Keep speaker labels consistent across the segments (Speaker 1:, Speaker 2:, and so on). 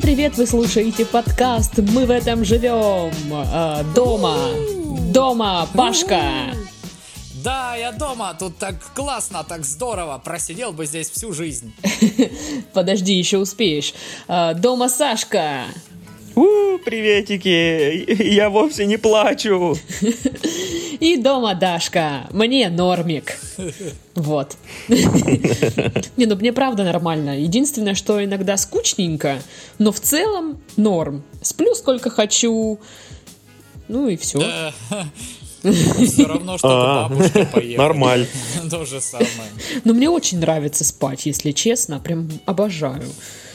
Speaker 1: привет! Вы слушаете подкаст «Мы в этом живем» Э, дома. Дома, Пашка.
Speaker 2: Да, я дома, тут так классно, так здорово, просидел бы здесь всю жизнь.
Speaker 1: Подожди, еще успеешь. Э, Дома, Сашка.
Speaker 3: У, приветики, я вовсе не плачу.
Speaker 1: И дома, Дашка. Мне нормик. Вот. Не, ну мне правда нормально. Единственное, что иногда скучненько, но в целом норм. Сплю сколько хочу. Ну и все.
Speaker 2: Все равно, что
Speaker 3: А,
Speaker 2: к бабушке поехал.
Speaker 3: Нормаль.
Speaker 2: То же самое.
Speaker 1: Но мне очень нравится спать, если честно. Прям обожаю.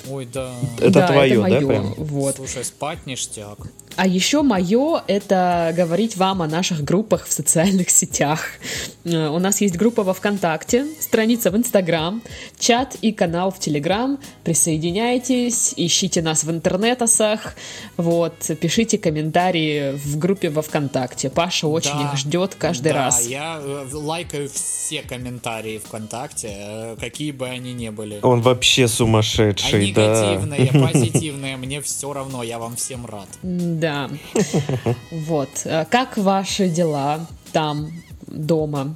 Speaker 2: Ой, да.
Speaker 3: Это
Speaker 1: Да,
Speaker 3: твое, да,
Speaker 1: моё.
Speaker 3: прям?
Speaker 1: Вот.
Speaker 2: Слушай, спать ништяк.
Speaker 1: А еще мое — это говорить вам о наших группах в социальных сетях. Э, У нас есть группа во ВКонтакте, страница в Инстаграм, чат и канал в Телеграм. Присоединяйтесь, ищите нас в интернетосах, вот, пишите комментарии в группе во ВКонтакте. Паша очень
Speaker 2: Да.
Speaker 1: их ждет каждый
Speaker 2: Да,
Speaker 1: раз.
Speaker 2: я э, лайкаю все комментарии ВКонтакте, э, какие бы они ни были.
Speaker 3: Он вообще
Speaker 2: А
Speaker 3: сумасшедший, да.
Speaker 2: негативные, позитивные, мне все равно, я вам всем рад.
Speaker 1: Да. Вот. Э, Как ваши дела там, дома?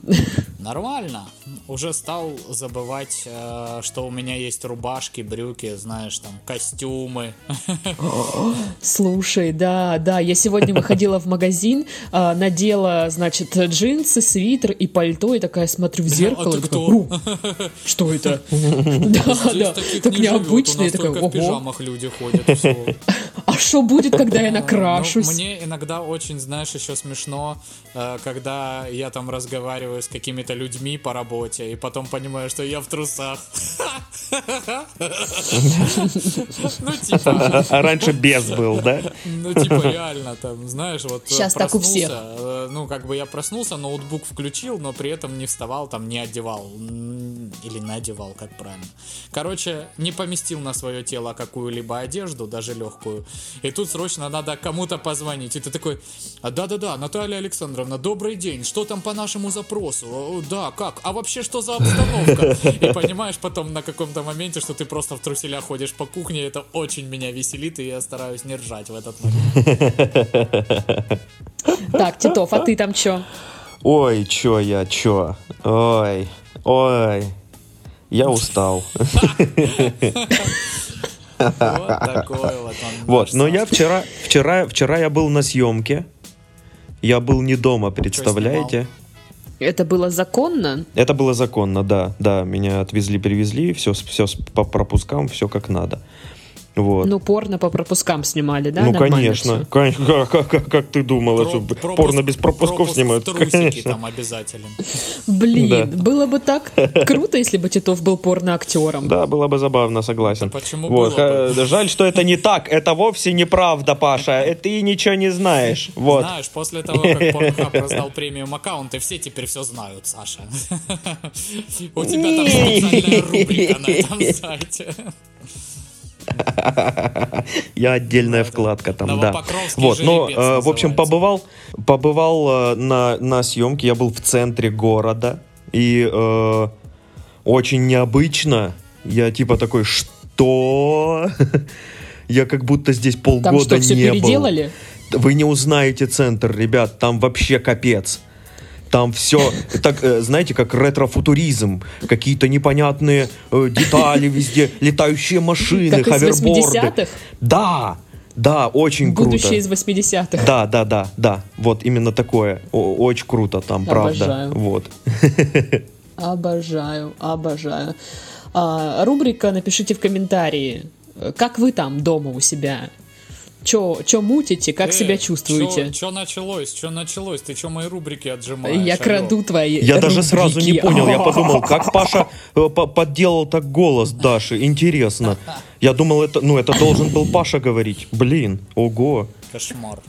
Speaker 2: Нормально. Уже стал забывать, э, что у меня есть рубашки, брюки, знаешь, там, костюмы.
Speaker 1: Слушай, да, да, я сегодня выходила в магазин, а, надела, значит, джинсы, свитер и пальто, и такая смотрю в зеркало,
Speaker 2: А ты
Speaker 1: и
Speaker 2: кто?
Speaker 1: такая, «Ру, что это? Да, да, так
Speaker 2: живет,
Speaker 1: необычно,
Speaker 2: у
Speaker 1: я
Speaker 2: нас
Speaker 1: такая,
Speaker 2: только в
Speaker 1: ого,
Speaker 2: пижамах люди ходят. и всё.
Speaker 1: а что будет, когда я
Speaker 2: Ну,
Speaker 1: накрашусь?
Speaker 2: Мне иногда очень, знаешь, еще смешно, э, когда я там разговариваю с какими-то людьми по работе, и потом понимаю, что я в трусах. Ну, типа,
Speaker 3: А раньше без был, да?
Speaker 2: ну, типа, реально, там, знаешь, вот э,
Speaker 1: Щас так у
Speaker 2: проснулся,
Speaker 1: всех.
Speaker 2: э, Ну, как бы я проснулся, ноутбук включил, но при этом не вставал, там, не одевал. М, Или надевал, как правильно. Короче, не поместил на свое тело какую-либо одежду, даже легкую. И тут срочно надо кому-то позвонить. И ты такой, «А, да-да-да, Наталья Александровна, добрый день. Что там по нашему запросу? О, Да, как? А вообще, что за обстановка? И понимаешь потом на каком-то моменте, что ты просто в труселях ходишь по кухне, и это очень меня веселит, и я стараюсь не ржать в этот момент.
Speaker 1: Так, Титов, а ты там чё?
Speaker 3: Ой, чё я, чё? Ой, ой. Я устал.
Speaker 2: Вот такой вот он.
Speaker 3: Вот,
Speaker 2: наш
Speaker 3: но я
Speaker 2: Сашка.
Speaker 3: вчера, вчера, вчера я был на съемке. Я был не дома, представляете?
Speaker 1: Это было законно?
Speaker 3: Это было законно, да, да. Меня отвезли, привезли, все, все по пропускам, все как надо. Вот.
Speaker 1: Ну, порно по пропускам снимали, да?
Speaker 3: ну,
Speaker 1: Нормально
Speaker 3: конечно.
Speaker 1: всё?
Speaker 3: Кон- Как, как- как- как ты думала, что
Speaker 2: Про- пропуск-
Speaker 3: порно без пропусков
Speaker 2: пропуск в
Speaker 3: снимают?
Speaker 2: трусики
Speaker 3: Конечно.
Speaker 2: там обязателен.
Speaker 1: Блин,
Speaker 3: Да.
Speaker 1: было бы так круто, если бы Титов был порно-актером.
Speaker 3: Да, было бы забавно, согласен.
Speaker 2: Да почему
Speaker 3: вот.
Speaker 2: было бы?
Speaker 3: ха- Жаль, что это не так. Это вовсе неправда, Паша. э, Ты ничего не знаешь. Вот.
Speaker 2: Знаешь, после того, как Pornhub раздал премиум аккаунты, все теперь все знают, Саша. У тебя там специальная рубрика на этом сайте.
Speaker 3: Я отдельная вкладка там, да.
Speaker 2: Новопокровский
Speaker 3: Вот, но,
Speaker 2: жеребец
Speaker 3: э, в общем,
Speaker 2: называется.
Speaker 3: побывал, побывал э, на, на съемке. Я был в центре города. И э, очень необычно. Я типа такой, что? Я как будто здесь полгода
Speaker 1: Там что, все
Speaker 3: не был.
Speaker 1: переделали?
Speaker 3: Вы не узнаете центр, ребят, там вообще капец. Там все, так, э, знаете, как ретро-футуризм. Какие-то непонятные э, детали везде, летающие машины,
Speaker 1: Как из
Speaker 3: хаверборды.
Speaker 1: 80-х?
Speaker 3: Да, да, очень
Speaker 1: Будущее
Speaker 3: круто.
Speaker 1: из 80-х.
Speaker 3: Да, да, да, да. Вот именно такое. О- очень круто там, правда.
Speaker 1: Обожаю.
Speaker 3: Вот.
Speaker 1: Обожаю, обожаю. А, рубрика «Напишите в комментарии». Э, Как вы там дома у себя? Чё, чё мутите? Как
Speaker 2: Э,
Speaker 1: себя чувствуете?
Speaker 2: Что началось? Что началось? Ты что мои рубрики отжимаешь?
Speaker 1: Я
Speaker 2: Алло.
Speaker 1: краду твои
Speaker 3: Я даже сразу не
Speaker 1: рубрики.
Speaker 3: понял. Я подумал, как Паша э, по- подделал так голос Даши. Интересно. Я думал, это, ну, это должен был Паша говорить. Блин, ого.
Speaker 2: Кошмар.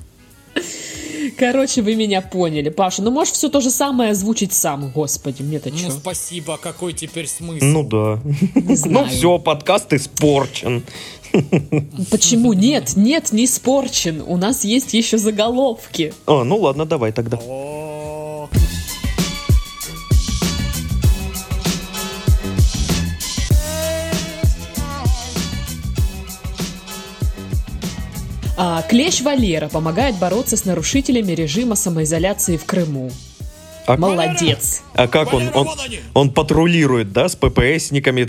Speaker 1: Короче, вы меня поняли, Паша. Ну, можешь все то же самое озвучить сам, господи, мне-то
Speaker 2: Ну,
Speaker 1: чё?
Speaker 2: спасибо, какой теперь смысл?
Speaker 3: Ну да. Ну
Speaker 1: знаю.
Speaker 3: все, подкаст испорчен.
Speaker 1: Почему? Нет, нет, не испорчен. У нас есть еще заголовки.
Speaker 3: А, ну ладно, давай тогда.
Speaker 2: О,
Speaker 1: А, клещ Валера помогает бороться с нарушителями режима самоизоляции в Крыму.
Speaker 3: А,
Speaker 1: Молодец.
Speaker 3: а как он,
Speaker 2: Валера,
Speaker 3: он?
Speaker 2: вон они!
Speaker 3: Он патрулирует, да, с ППСниками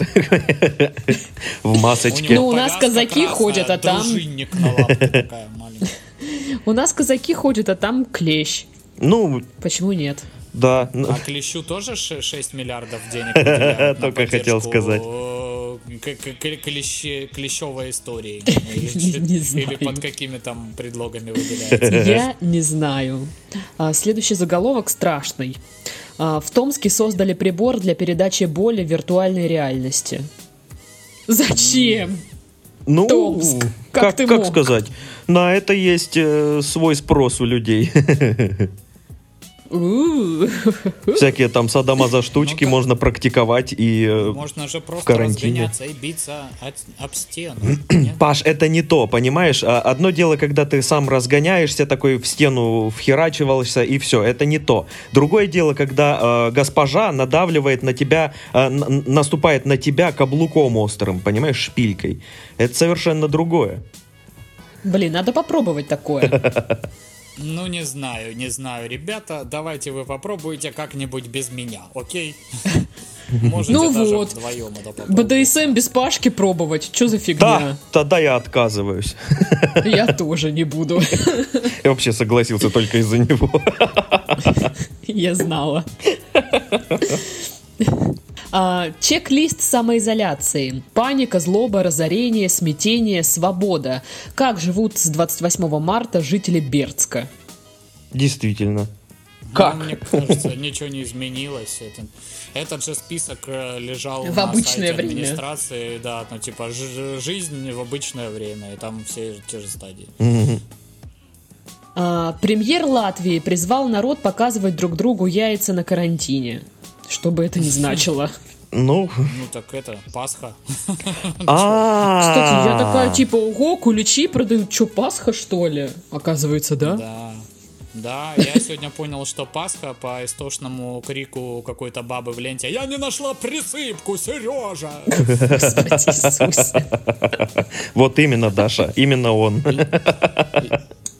Speaker 3: в масочке.
Speaker 1: Ну, у нас
Speaker 2: повязка
Speaker 1: казаки
Speaker 2: красная,
Speaker 1: ходят, а там-
Speaker 2: дружинник на лапке такая маленькая.
Speaker 1: У нас казаки ходят, а там клещ.
Speaker 3: Ну,
Speaker 1: Почему нет?
Speaker 3: да. ну,
Speaker 2: А клещу тоже ше- 6 миллиардов денег выделяют на
Speaker 3: Только хотел
Speaker 2: поддержку,
Speaker 3: сказать.
Speaker 2: э, к- к- к- клеще- Клещевой истории.
Speaker 1: Не- не
Speaker 2: Или
Speaker 1: знаю.
Speaker 2: или под какими там предлогами выделяется.
Speaker 1: Я не знаю. А, Следующий заголовок страшный. А, В Томске создали прибор для передачи боли в виртуальной реальности. Зачем?
Speaker 3: Ну,
Speaker 1: Томск, как
Speaker 3: как
Speaker 1: ты
Speaker 3: как
Speaker 1: мог?
Speaker 3: сказать? На это есть э, свой спрос у людей.
Speaker 1: У-у. Хм.
Speaker 3: Всякие там садомаза штучки
Speaker 2: Ну да.
Speaker 3: можно практиковать и... э,
Speaker 2: Можно же просто
Speaker 3: карантине.
Speaker 2: разгоняться и биться от- об стену. нет?
Speaker 3: Паш, это не то, понимаешь? А Одно дело, когда ты сам разгоняешься, такой в стену вхерачивался, и все, это не то. Другое дело, когда э, госпожа надавливает на тебя, э, н- н- наступает на тебя каблуком острым, понимаешь, шпилькой. Это совершенно другое.
Speaker 1: Блин, надо попробовать такое.
Speaker 2: Ну, не знаю, не знаю. Ребята, давайте вы попробуйте как-нибудь без меня, окей? Можете
Speaker 1: Ну
Speaker 2: даже
Speaker 1: вот.
Speaker 2: вдвоем это попробовать.
Speaker 1: БДСМ без Пашки пробовать. Что за
Speaker 3: Да,
Speaker 1: фигня?
Speaker 3: тогда я отказываюсь.
Speaker 1: Я тоже не буду.
Speaker 3: Я вообще согласился только из-за него.
Speaker 1: Я знала. А, Чек-лист самоизоляции. Паника, злоба, разорение, смятение, свобода. Как живут с 28 марта жители Бердска?
Speaker 3: Действительно.
Speaker 2: Ну,
Speaker 1: Как?
Speaker 2: мне кажется, ничего не изменилось. Это- этот же список э, лежал
Speaker 1: В
Speaker 2: на
Speaker 1: обычное
Speaker 2: сайте
Speaker 1: время.
Speaker 2: администрации, да, ну типа ж- жизнь в обычное время, и там все те же стадии.
Speaker 3: Мгм.
Speaker 1: А, Премьер Латвии призвал народ показывать друг другу яйца на карантине. Что бы это ни значило.
Speaker 3: Ну,
Speaker 2: Ну так это Пасха.
Speaker 3: а
Speaker 1: Кстати, я такая, типа, ого, куличи продают. Че, Пасха, что ли? Оказывается, да?
Speaker 2: Да. Да, я сегодня понял, что Пасха по истошному крику какой-то бабы в ленте «Я не нашла присыпку, Сережа!»
Speaker 1: Господи Иисусе.
Speaker 3: Вот именно, Даша, именно он.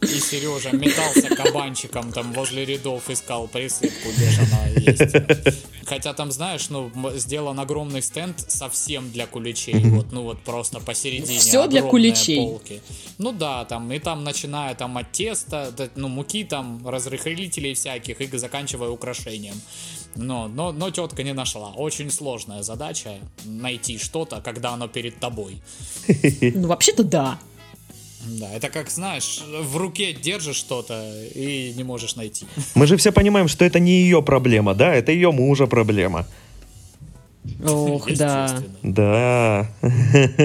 Speaker 2: И Сережа метался кабанчиком там возле рядов, искал присыпку, где же она есть. Хотя там, знаешь, ну, м- сделан огромный стенд совсем для куличей. Вот, ну вот просто посередине.
Speaker 1: Всё для
Speaker 2: огромные
Speaker 1: куличей.
Speaker 2: Полки. Ну да, там, и там, начиная там от теста, да, ну, муки там, разрыхлителей всяких, и заканчивая украшением. Но, но, но тетка не нашла. Очень сложная задача найти что-то, когда оно перед тобой.
Speaker 1: Ну, вообще-то да.
Speaker 2: Да, это как, знаешь, в руке держишь что-то и не можешь найти.
Speaker 3: Мы же все понимаем, что это не ее проблема, да, это ее мужа проблема.
Speaker 1: Ох, да.
Speaker 2: Естественно.
Speaker 3: Да.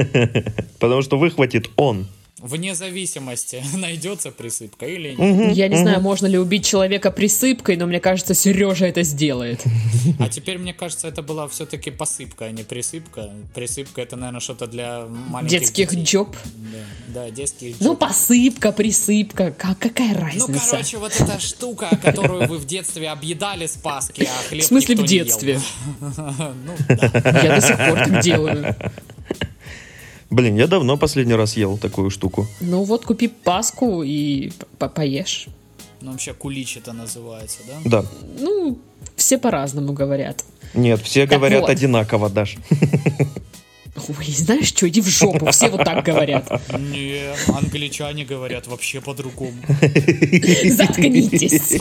Speaker 3: Потому что выхватит он.
Speaker 2: Вне зависимости, найдется присыпка или нет.
Speaker 3: Мгм,
Speaker 1: Я не
Speaker 3: мгм.
Speaker 1: знаю, можно ли убить человека присыпкой, но мне кажется, Сережа это сделает.
Speaker 2: А теперь, мне кажется, это была все-таки посыпка, а не присыпка. Присыпка это, наверное, что-то для маленьких
Speaker 1: Детских
Speaker 2: детей.
Speaker 1: джоб.
Speaker 2: Да, да, детских
Speaker 1: Ну,
Speaker 2: джоб.
Speaker 1: посыпка, присыпка, ка- какая
Speaker 2: Ну,
Speaker 1: разница?
Speaker 2: короче, вот эта штука, которую вы в детстве объедали с Пасхи, а хлеб
Speaker 1: в смысле,
Speaker 2: никто
Speaker 1: в
Speaker 2: не ел.
Speaker 1: детстве.
Speaker 2: Ну, да.
Speaker 1: Я до сих пор так делаю.
Speaker 3: Блин, я давно последний раз ел такую штуку.
Speaker 1: Ну вот, купи паску и по- поешь.
Speaker 2: Ну, вообще, кулич это называется, да?
Speaker 3: Да.
Speaker 1: Ну, все по-разному говорят.
Speaker 3: Нет, все
Speaker 1: Так
Speaker 3: говорят
Speaker 1: вот.
Speaker 3: одинаково, Даш.
Speaker 1: Ой, знаешь что, иди в жопу, все вот так говорят.
Speaker 2: Не, англичане говорят вообще по-другому.
Speaker 1: Заткнитесь.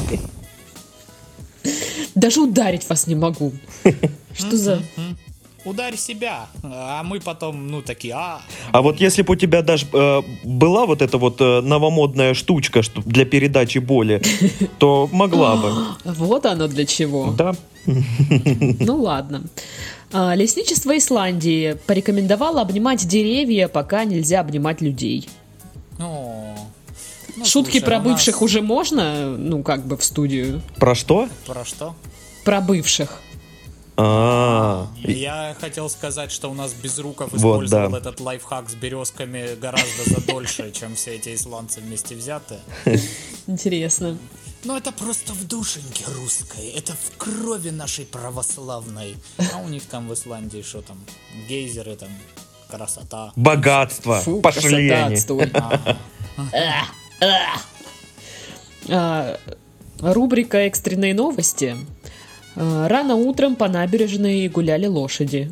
Speaker 1: Даже ударить вас не могу. Что за...
Speaker 2: Ударь себя, а мы потом, ну, такие, а...
Speaker 3: А вот если бы у тебя, Даш, э, была вот эта вот э, новомодная штучка что для передачи боли, то могла бы.
Speaker 1: Вот оно для чего.
Speaker 3: Да.
Speaker 1: Ну ладно. А, Лесничество Исландии порекомендовало обнимать деревья, пока нельзя обнимать людей.
Speaker 2: Ну, ну,
Speaker 1: Шутки
Speaker 2: слушай,
Speaker 1: про
Speaker 2: у нас
Speaker 1: бывших уже можно, ну как бы в студию.
Speaker 3: Про что?
Speaker 2: Про что?
Speaker 1: Про бывших.
Speaker 3: А. И-
Speaker 2: Я хотел сказать, что у нас Безруков
Speaker 3: Вот,
Speaker 2: использовал
Speaker 3: да.
Speaker 2: этот лайфхак с березками гораздо задольше, чем все эти исландцы вместе взятые.
Speaker 1: Интересно.
Speaker 2: Но это просто в душеньке русской, это в крови нашей православной. А у них там в Исландии что там, гейзеры там, красота.
Speaker 3: Богатство.
Speaker 1: Фу,
Speaker 3: Пошли
Speaker 1: красота,
Speaker 3: они.
Speaker 1: отстой.
Speaker 2: Ага.
Speaker 1: А, Рубрика «Экстренные новости». А, Рано утром по набережной гуляли лошади.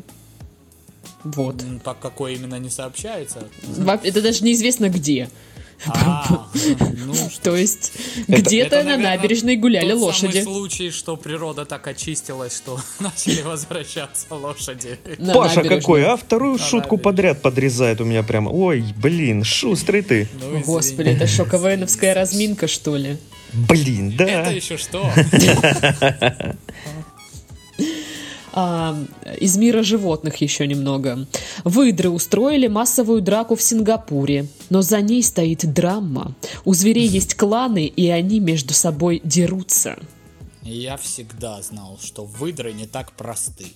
Speaker 1: Вот.
Speaker 2: М, По какой именно не сообщается?
Speaker 1: Во- Это даже неизвестно где.
Speaker 2: А, ну что
Speaker 1: То есть где-то
Speaker 2: Это,
Speaker 1: на
Speaker 2: наверное,
Speaker 1: набережной гуляли
Speaker 2: тот
Speaker 1: лошади.
Speaker 2: самый случай, что природа так очистилась, что начали возвращаться лошади.
Speaker 1: На
Speaker 3: Паша
Speaker 1: набережной.
Speaker 3: какой, а? Вторую шутку
Speaker 2: набережной.
Speaker 3: подряд подрезает у меня прямо. Ой, блин, шустрый ты.
Speaker 2: Ну, извини.
Speaker 1: Господи, это что, КВНовская разминка, что ли?
Speaker 3: Блин,
Speaker 2: Это
Speaker 3: да.
Speaker 2: еще что?
Speaker 1: А, из мира животных еще немного. Выдры устроили массовую драку в Сингапуре, но за ней стоит драма. У зверей есть кланы, и они между собой дерутся.
Speaker 2: Я всегда знал, что выдры не так просты.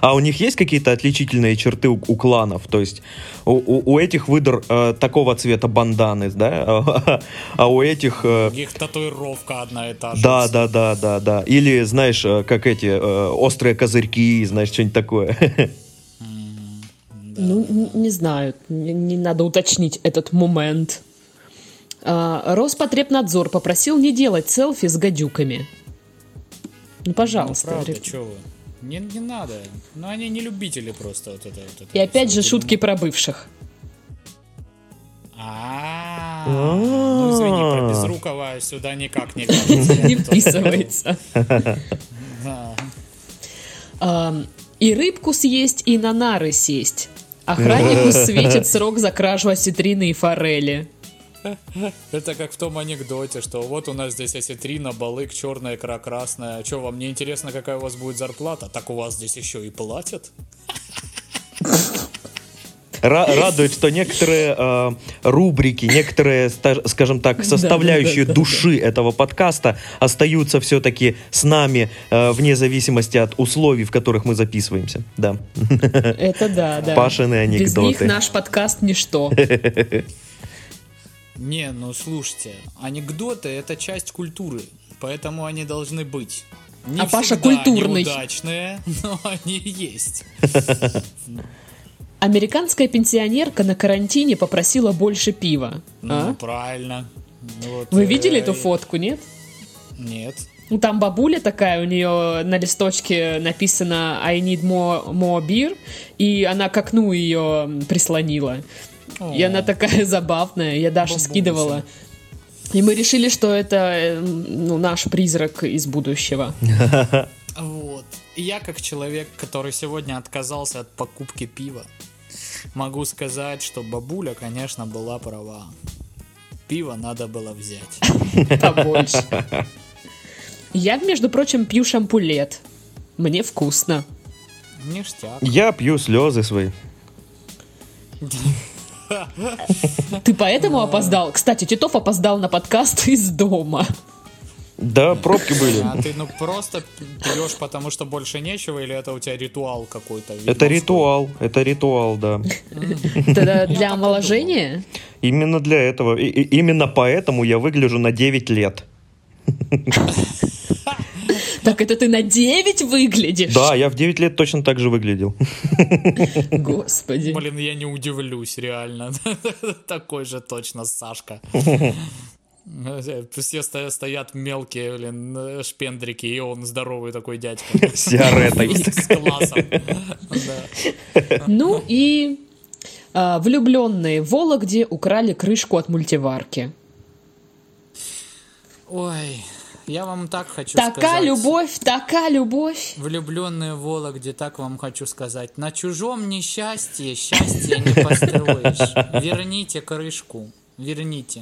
Speaker 3: А у них есть какие-то отличительные черты у, у кланов? То есть у, у- у этих выдр э, такого цвета банданы, да? А у этих... э,
Speaker 2: У них татуировка одна и та же.
Speaker 3: да, да, да, да, да. Или, знаешь, э, как эти э, острые козырьки, знаешь, что-нибудь такое.
Speaker 1: Ну, н- не знаю, н- не надо уточнить этот момент. А, Роспотребнадзор попросил не делать селфи с гадюками. Ну,
Speaker 2: Ну,
Speaker 1: пожалуйста.
Speaker 2: правда,
Speaker 1: реб-
Speaker 2: чё вы. Не, не надо. Ну, они не любители просто вот это. вот это
Speaker 1: И опять
Speaker 2: всё
Speaker 1: же
Speaker 2: дерьмо.
Speaker 1: шутки про бывших.
Speaker 2: А, ну извини, про Безрукова сюда никак не кажется.
Speaker 1: Не вписывается.
Speaker 2: Да.
Speaker 1: А, И рыбку съесть, и на нары сесть. Охраннику светит срок за кражу осетрины и форели.
Speaker 2: Это как в том анекдоте, что вот у нас здесь осетрина, балык, черная икра, красная. Че, вам не интересно, какая у вас будет зарплата? Так у вас здесь еще и платят?
Speaker 3: Ра- радует, что некоторые э, рубрики, некоторые, ста- скажем так, составляющие
Speaker 1: да, да,
Speaker 3: души этого подкаста остаются все-таки с нами, э, вне зависимости от условий, в которых мы записываемся. Да.
Speaker 1: Это да, да.
Speaker 3: Пашины
Speaker 1: Без них
Speaker 3: анекдоты.
Speaker 1: наш подкаст ничто.
Speaker 2: Не, ну слушайте, анекдоты это часть культуры, поэтому они должны быть. Не
Speaker 1: А Паша
Speaker 2: всегда они
Speaker 1: культурный.
Speaker 2: удачные, но они есть.
Speaker 1: Американская пенсионерка на карантине попросила больше пива. А?
Speaker 2: Ну, правильно. Вот,
Speaker 1: Вы
Speaker 2: э,
Speaker 1: видели эту фотку, нет?
Speaker 2: Нет.
Speaker 1: Ну, там бабуля такая, у нее на листочке написано «I need more, more beer», и она к окну ее прислонила. И она такая забавная, я Даша
Speaker 2: Бабуся.
Speaker 1: скидывала. И мы решили, что это э, м, ну, наш призрак из будущего.
Speaker 2: Вот. И Я как человек, который сегодня отказался от покупки пива, могу сказать, что бабуля, конечно, была права. Пиво надо было взять.
Speaker 1: Побольше. Я, между прочим, пью шампулет. Мне вкусно.
Speaker 2: Ништяк.
Speaker 3: Я пью слезы свои.
Speaker 1: Ты поэтому опоздал? Кстати, Титов опоздал на подкаст из дома.
Speaker 3: Да, пробки были.
Speaker 2: А ты ну просто пьешь, потому что больше нечего, или это у тебя ритуал какой-то?
Speaker 3: Это
Speaker 2: ведьмовской?
Speaker 3: ритуал, это ритуал, да.
Speaker 1: Это
Speaker 2: так и
Speaker 1: для омоложения?
Speaker 3: Именно для этого, и- и- именно поэтому я выгляжу на 9 лет.
Speaker 1: Так это ты на 9 выглядишь?
Speaker 3: Да, я в 9 лет точно так же выглядел.
Speaker 1: Господи.
Speaker 2: Блин, я не удивлюсь, реально. Такой же точно Сашка. Все сто- стоят мелкие, блин, шпендрики, и он здоровый такой дядька.
Speaker 3: С сигаретой.
Speaker 2: С классом. Да.
Speaker 1: Ну и а, влюбленные в Вологде украли крышку от мультиварки.
Speaker 2: Ой, я вам так хочу
Speaker 1: Така
Speaker 2: сказать.
Speaker 1: любовь, така любовь.
Speaker 2: Влюбленные в Вологде, так вам хочу сказать. На чужом несчастье счастье не построишь. Верните крышку. Верните.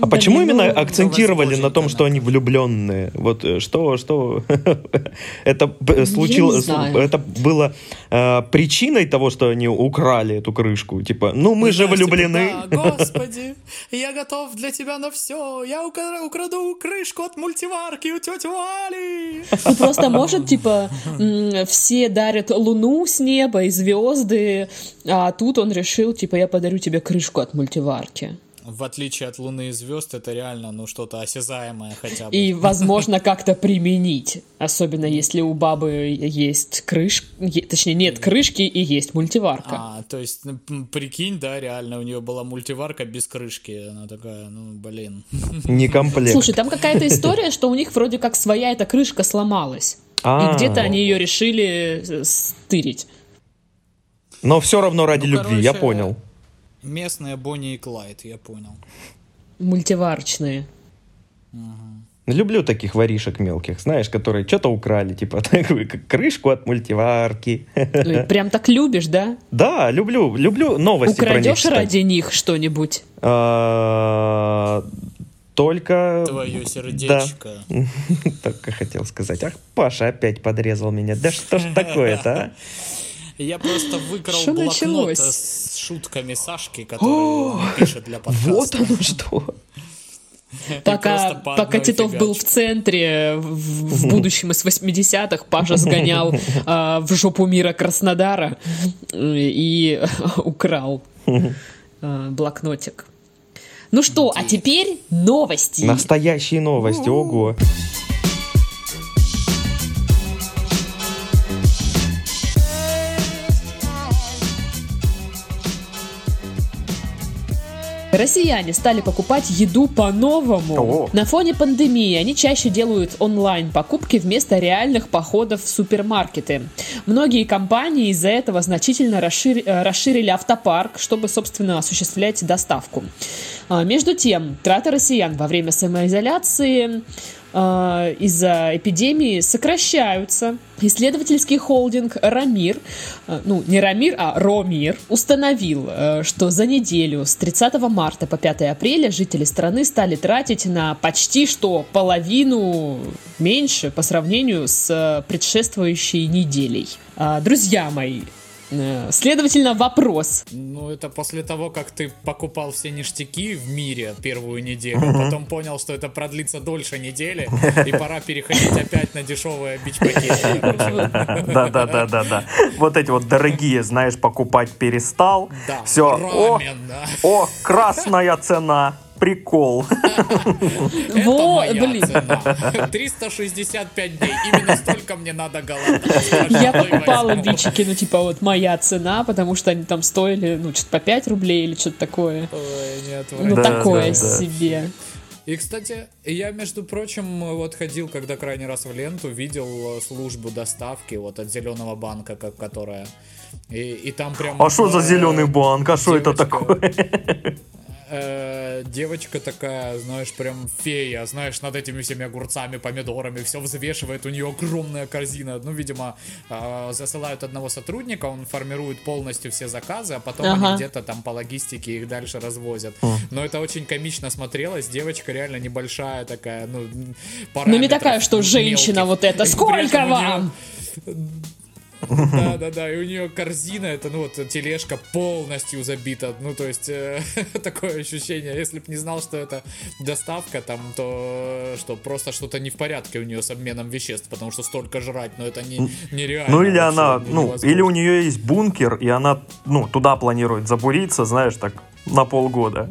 Speaker 3: А почему
Speaker 1: Блин,
Speaker 3: именно
Speaker 1: ну,
Speaker 3: акцентировали
Speaker 2: ну,
Speaker 3: на том, что они влюбленные? Вот э, что, что это б- случилось, э,
Speaker 1: знаю.
Speaker 3: это было э, причиной того, что они украли эту крышку. Типа, ну мы же
Speaker 2: Знаешь, типа,
Speaker 3: влюблены.
Speaker 2: «Да, господи, я готов для тебя на все. Я укра- украду крышку от мультиварки у тети Вали.
Speaker 1: Ну просто может, типа, м, все дарят луну с неба и звезды, а тут он решил, типа, я подарю тебе крышку от мультиварки.
Speaker 2: в отличие от Луны и звезд, это реально, ну, что-то осязаемое хотя бы.
Speaker 1: И, возможно, как-то применить. Особенно если у бабы есть крышка, точнее, нет крышки и есть мультиварка.
Speaker 2: А, то есть, ну, м, прикинь, да, реально, у нее была мультиварка без крышки. Она такая, ну, блин.
Speaker 3: Не комплект.
Speaker 1: Слушай, там какая-то история, что у них вроде как своя эта крышка сломалась. И
Speaker 3: А.
Speaker 1: где-то они ее решили э, стырить.
Speaker 3: Но все равно ради
Speaker 2: Ну,
Speaker 3: любви, я
Speaker 2: короче,
Speaker 3: понял.
Speaker 2: Местная Бонни и Клайд, я понял.
Speaker 1: Мультиварочные.
Speaker 3: Люблю таких воришек мелких, знаешь, которые что-то украли, типа такую к- крышку от мультиварки.
Speaker 1: Ой, Ну, Прям так любишь, да?
Speaker 3: Да, люблю, люблю новости про них.
Speaker 1: Украдешь
Speaker 3: читать.
Speaker 1: ради них что-нибудь.
Speaker 3: А, Только...
Speaker 2: Твое сердечко.
Speaker 3: Только хотел сказать, ах, Паша опять подрезал меня. Да что ж такое-то, а?
Speaker 2: Я просто выкрал
Speaker 1: Что
Speaker 2: блокнот
Speaker 1: началось?
Speaker 2: с шутками Сашки, который он пишет для
Speaker 3: а?
Speaker 2: подкаста.
Speaker 3: Вот оно что.
Speaker 2: И
Speaker 1: Пока,
Speaker 2: просто по
Speaker 1: пока
Speaker 2: одной
Speaker 1: Титов
Speaker 2: фигачу.
Speaker 1: был в центре, в, в будущем из 80-х, Паша сгонял а, в жопу мира Краснодара э, и украл а, блокнотик. Ну что, а теперь новости.
Speaker 3: Настоящие новости, ого.
Speaker 1: Россияне стали покупать еду по-новому.
Speaker 3: О.
Speaker 1: На фоне пандемии они чаще делают онлайн-покупки вместо реальных походов в супермаркеты. Многие компании из-за этого значительно расшир- э, расширили автопарк, чтобы, собственно, осуществлять доставку. А, Между тем, траты россиян во время самоизоляции э, из-за эпидемии сокращаются. Исследовательский холдинг Рамир, э, ну не Рамир, а Ромир, установил, э, что за неделю с 30 марта по 5 апреля жители страны стали тратить на почти что половину меньше по сравнению с э, предшествующей неделей. А, Друзья мои, э, следовательно, вопрос,
Speaker 2: Ну, это после того, как ты покупал все ништяки в мире первую неделю, потом понял, что это продлится дольше недели, и пора переходить опять на дешевые бич-пакеты. короче.
Speaker 3: Да, да, да, да, да. Вот эти вот дорогие, знаешь, покупать перестал.
Speaker 2: Да,
Speaker 3: Все. О,
Speaker 2: рамен, да.
Speaker 3: о, красная цена. Прикол.
Speaker 2: Это
Speaker 1: Во,
Speaker 2: моя
Speaker 1: блин.
Speaker 2: цена. 365 дней. Именно столько мне надо голодать.
Speaker 1: Я
Speaker 2: Пожалуй,
Speaker 1: покупала
Speaker 2: возьму.
Speaker 1: бичики, ну, типа, вот моя цена, потому что они там стоили, ну, что-то по 5 рублей или что-то такое.
Speaker 2: Ой, не
Speaker 1: Ну,
Speaker 2: отвратительно.
Speaker 3: Да,
Speaker 1: такое
Speaker 3: да, да.
Speaker 1: себе.
Speaker 2: И, кстати, я, между прочим, вот ходил, когда крайний раз в ленту, видел э, службу доставки вот от зеленого банка, как, которая. И, и там прям...
Speaker 3: А что за
Speaker 2: э,
Speaker 3: зеленый банк? А что это
Speaker 2: девочка.
Speaker 3: такое?
Speaker 2: э, девочка такая, знаешь, прям фея, знаешь, над этими всеми огурцами, помидорами, все взвешивает, у нее огромная корзина. Ну, видимо, э, засылают одного сотрудника, он формирует полностью все заказы, а потом
Speaker 1: Ага.
Speaker 2: они где-то там по логистике их дальше развозят. Но это очень комично смотрелось, девочка реально небольшая такая, ну,
Speaker 1: Ну, не
Speaker 2: параметров
Speaker 1: такая, что женщина
Speaker 2: мелких.
Speaker 1: вот это.
Speaker 2: И при этом
Speaker 1: Сколько
Speaker 2: у неё-
Speaker 1: вам?
Speaker 2: да, да, да. И у нее корзина, это, ну, вот тележка полностью забита. Ну, то есть, э, такое ощущение. Если бы не знал, что это доставка, там, то э, что просто что-то не в порядке у нее с обменом веществ, потому что столько жрать, но это не, нереально.
Speaker 3: Ну или
Speaker 2: вообще,
Speaker 3: она, ну,
Speaker 2: невозможно.
Speaker 3: или у нее есть бункер, и она, ну, туда планирует забуриться, знаешь, так, на полгода.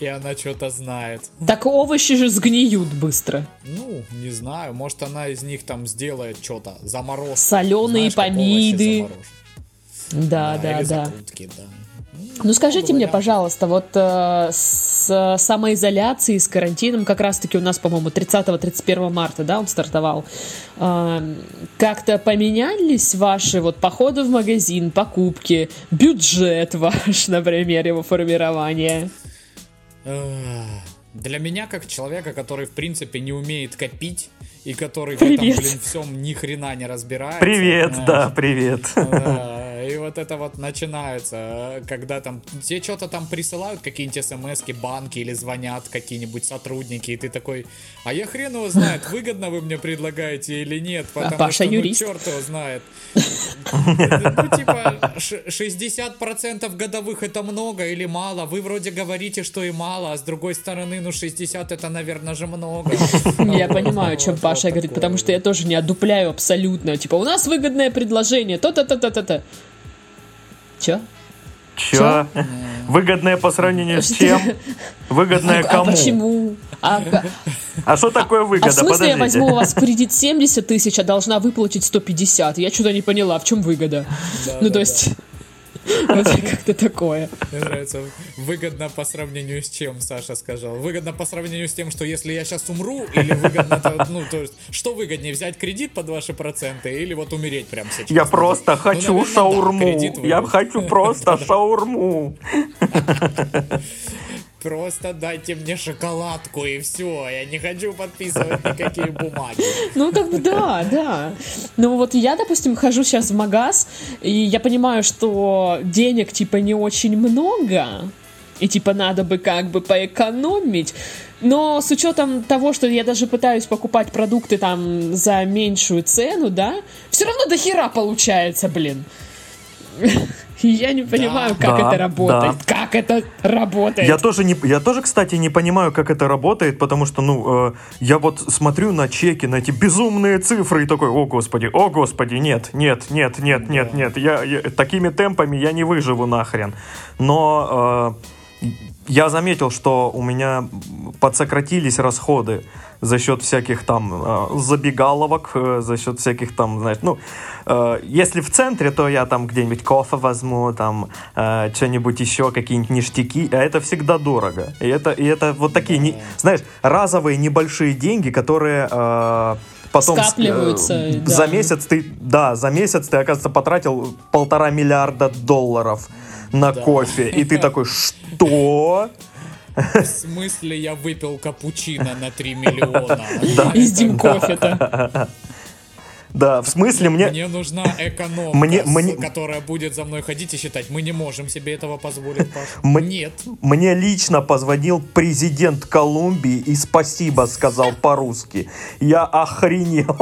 Speaker 2: И она что-то знает.
Speaker 1: Так овощи же сгниют быстро.
Speaker 2: Ну, не знаю, может, она из них там сделает что-то. Заморозку.
Speaker 1: Соленые
Speaker 2: Знаешь, как овощи
Speaker 1: помиды.
Speaker 2: заморожены.
Speaker 1: Да, да,
Speaker 2: или
Speaker 1: да.
Speaker 2: закрутки, да.
Speaker 1: Ну скажите
Speaker 2: было
Speaker 1: мне,
Speaker 2: вариантов.
Speaker 1: пожалуйста, вот э, с э, самоизоляцией, с карантином, как раз-таки у нас, по-моему, 30-31 марта, да, он стартовал, э, как-то поменялись ваши вот походы в магазин, покупки, бюджет ваш, например, его формирование?
Speaker 2: Эх, Э, Для меня, как человека, который, в принципе, не умеет копить, и который в
Speaker 1: Привет.
Speaker 2: этом, блин, всем ни хрена не разбирается.
Speaker 3: Привет,
Speaker 2: знаешь,
Speaker 3: да, привет.
Speaker 2: да, И вот это вот начинается, э, когда там тебе что-то там присылают, какие-нибудь смс-ки, банки или звонят какие-нибудь сотрудники, и ты такой, а я хрен его знает, выгодно вы мне предлагаете или нет, потому
Speaker 1: А Паша
Speaker 2: что, ну,
Speaker 1: юрист.
Speaker 2: черт его знает. Ну, типа, ш- 60% годовых это много или мало, вы вроде говорите, что и мало, а с другой стороны, ну, 60 это, наверное, же много.
Speaker 1: Ну, Я
Speaker 2: Вот,
Speaker 1: понимаю, о чем
Speaker 2: вот,
Speaker 1: Паша
Speaker 2: вот
Speaker 1: говорит,
Speaker 2: такое.
Speaker 1: потому что я тоже не одупляю абсолютно. Типа, у нас выгодное предложение, то-то-то-то-то-то. Чё?
Speaker 3: Чё? Выгодное по сравнению с чем? Выгодное
Speaker 1: а, а
Speaker 3: кому?
Speaker 1: почему? А, ка-
Speaker 3: А что такое
Speaker 1: а в
Speaker 3: выгода?
Speaker 1: смысле я возьму у
Speaker 3: Подождите.
Speaker 1: вас в кредит 70 тысяч, а должна выплатить 150? Я что-то не поняла, в чем выгода? ну, то есть... Вот как-то такое.
Speaker 2: Мне нравится. Выгодно по сравнению с чем, Саша сказал. Выгодно по сравнению с тем, что если я сейчас умру, или выгодно, то, ну, то есть, что выгоднее, взять кредит под ваши проценты или вот умереть прямо сейчас?
Speaker 3: Я
Speaker 1: Ну,
Speaker 3: просто хочу
Speaker 2: наверное, да,
Speaker 3: шаурму.
Speaker 2: кредит
Speaker 3: я
Speaker 2: выгодно.
Speaker 3: хочу просто шаурму.
Speaker 2: Просто дайте мне шоколадку и все. Я не хочу подписывать никакие бумаги.
Speaker 1: Ну, как бы да, да. Ну, вот я, допустим, хожу сейчас в магаз, и я понимаю, что денег, типа, не очень много, и, типа, надо бы как бы поэкономить. Но с учетом того, что я даже пытаюсь покупать продукты там за меньшую цену, да, все равно до хера получается, блин. И Я не понимаю, как
Speaker 3: Да,
Speaker 1: это работает.
Speaker 3: да.
Speaker 1: Как это работает.
Speaker 3: Я тоже, не, я тоже, кстати, не понимаю, как это работает, потому что, ну, э, я вот смотрю на чеки, на эти безумные цифры и такой, о господи, о господи, нет, нет, нет, нет, нет, нет, я, я- такими темпами я не выживу нахрен. Но э, я заметил, что у меня подсократились расходы за счет всяких там э, забегаловок, э, за счет всяких там, знаешь, ну, э, если в центре, то я там где-нибудь кофе возьму, там э, что-нибудь еще, какие-нибудь ништяки, а это всегда дорого. И это, и это вот такие, не, знаешь, разовые небольшие деньги, которые э, потом... с- э,
Speaker 1: Скапливаются, да.
Speaker 3: За месяц ты, да, за месяц ты, оказывается, потратил полтора миллиарда долларов на кофе, и ты такой, что?
Speaker 2: В смысле, я выпил капучино на 3 миллиона.
Speaker 1: Из Дим кофе-то.
Speaker 3: Да, в смысле мне...
Speaker 2: Мне нужна экономка,
Speaker 3: Мне-
Speaker 2: с-
Speaker 3: мне-
Speaker 2: которая будет за мной ходить и считать. Мы не можем себе этого позволить, Паша.
Speaker 3: М-
Speaker 2: Нет.
Speaker 3: Мне лично позвонил президент Колумбии и спасибо сказал по-русски. Я охренел.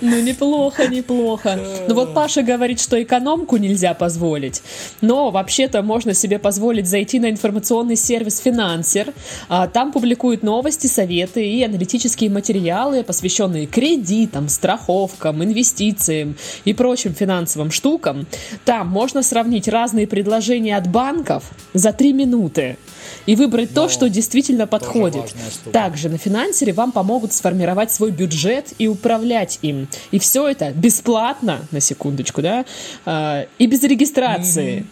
Speaker 1: Ну, неплохо, неплохо. Ну, вот Паша говорит, что экономку нельзя позволить. Но вообще-то можно себе позволить зайти на информационный сервис «Финансер». А, Там публикуют новости, советы и аналитические материалы, посвященные кредитам, страховкам, инвестициям и прочим финансовым штукам. Там можно сравнить разные предложения от банков за три минуты и выбрать то,
Speaker 2: Но
Speaker 1: что действительно подходит.
Speaker 2: важная штука.
Speaker 1: Так, также на финансере вам помогут сформировать свой бюджет и управлять им. И все это бесплатно, на секундочку, да, а, и без регистрации.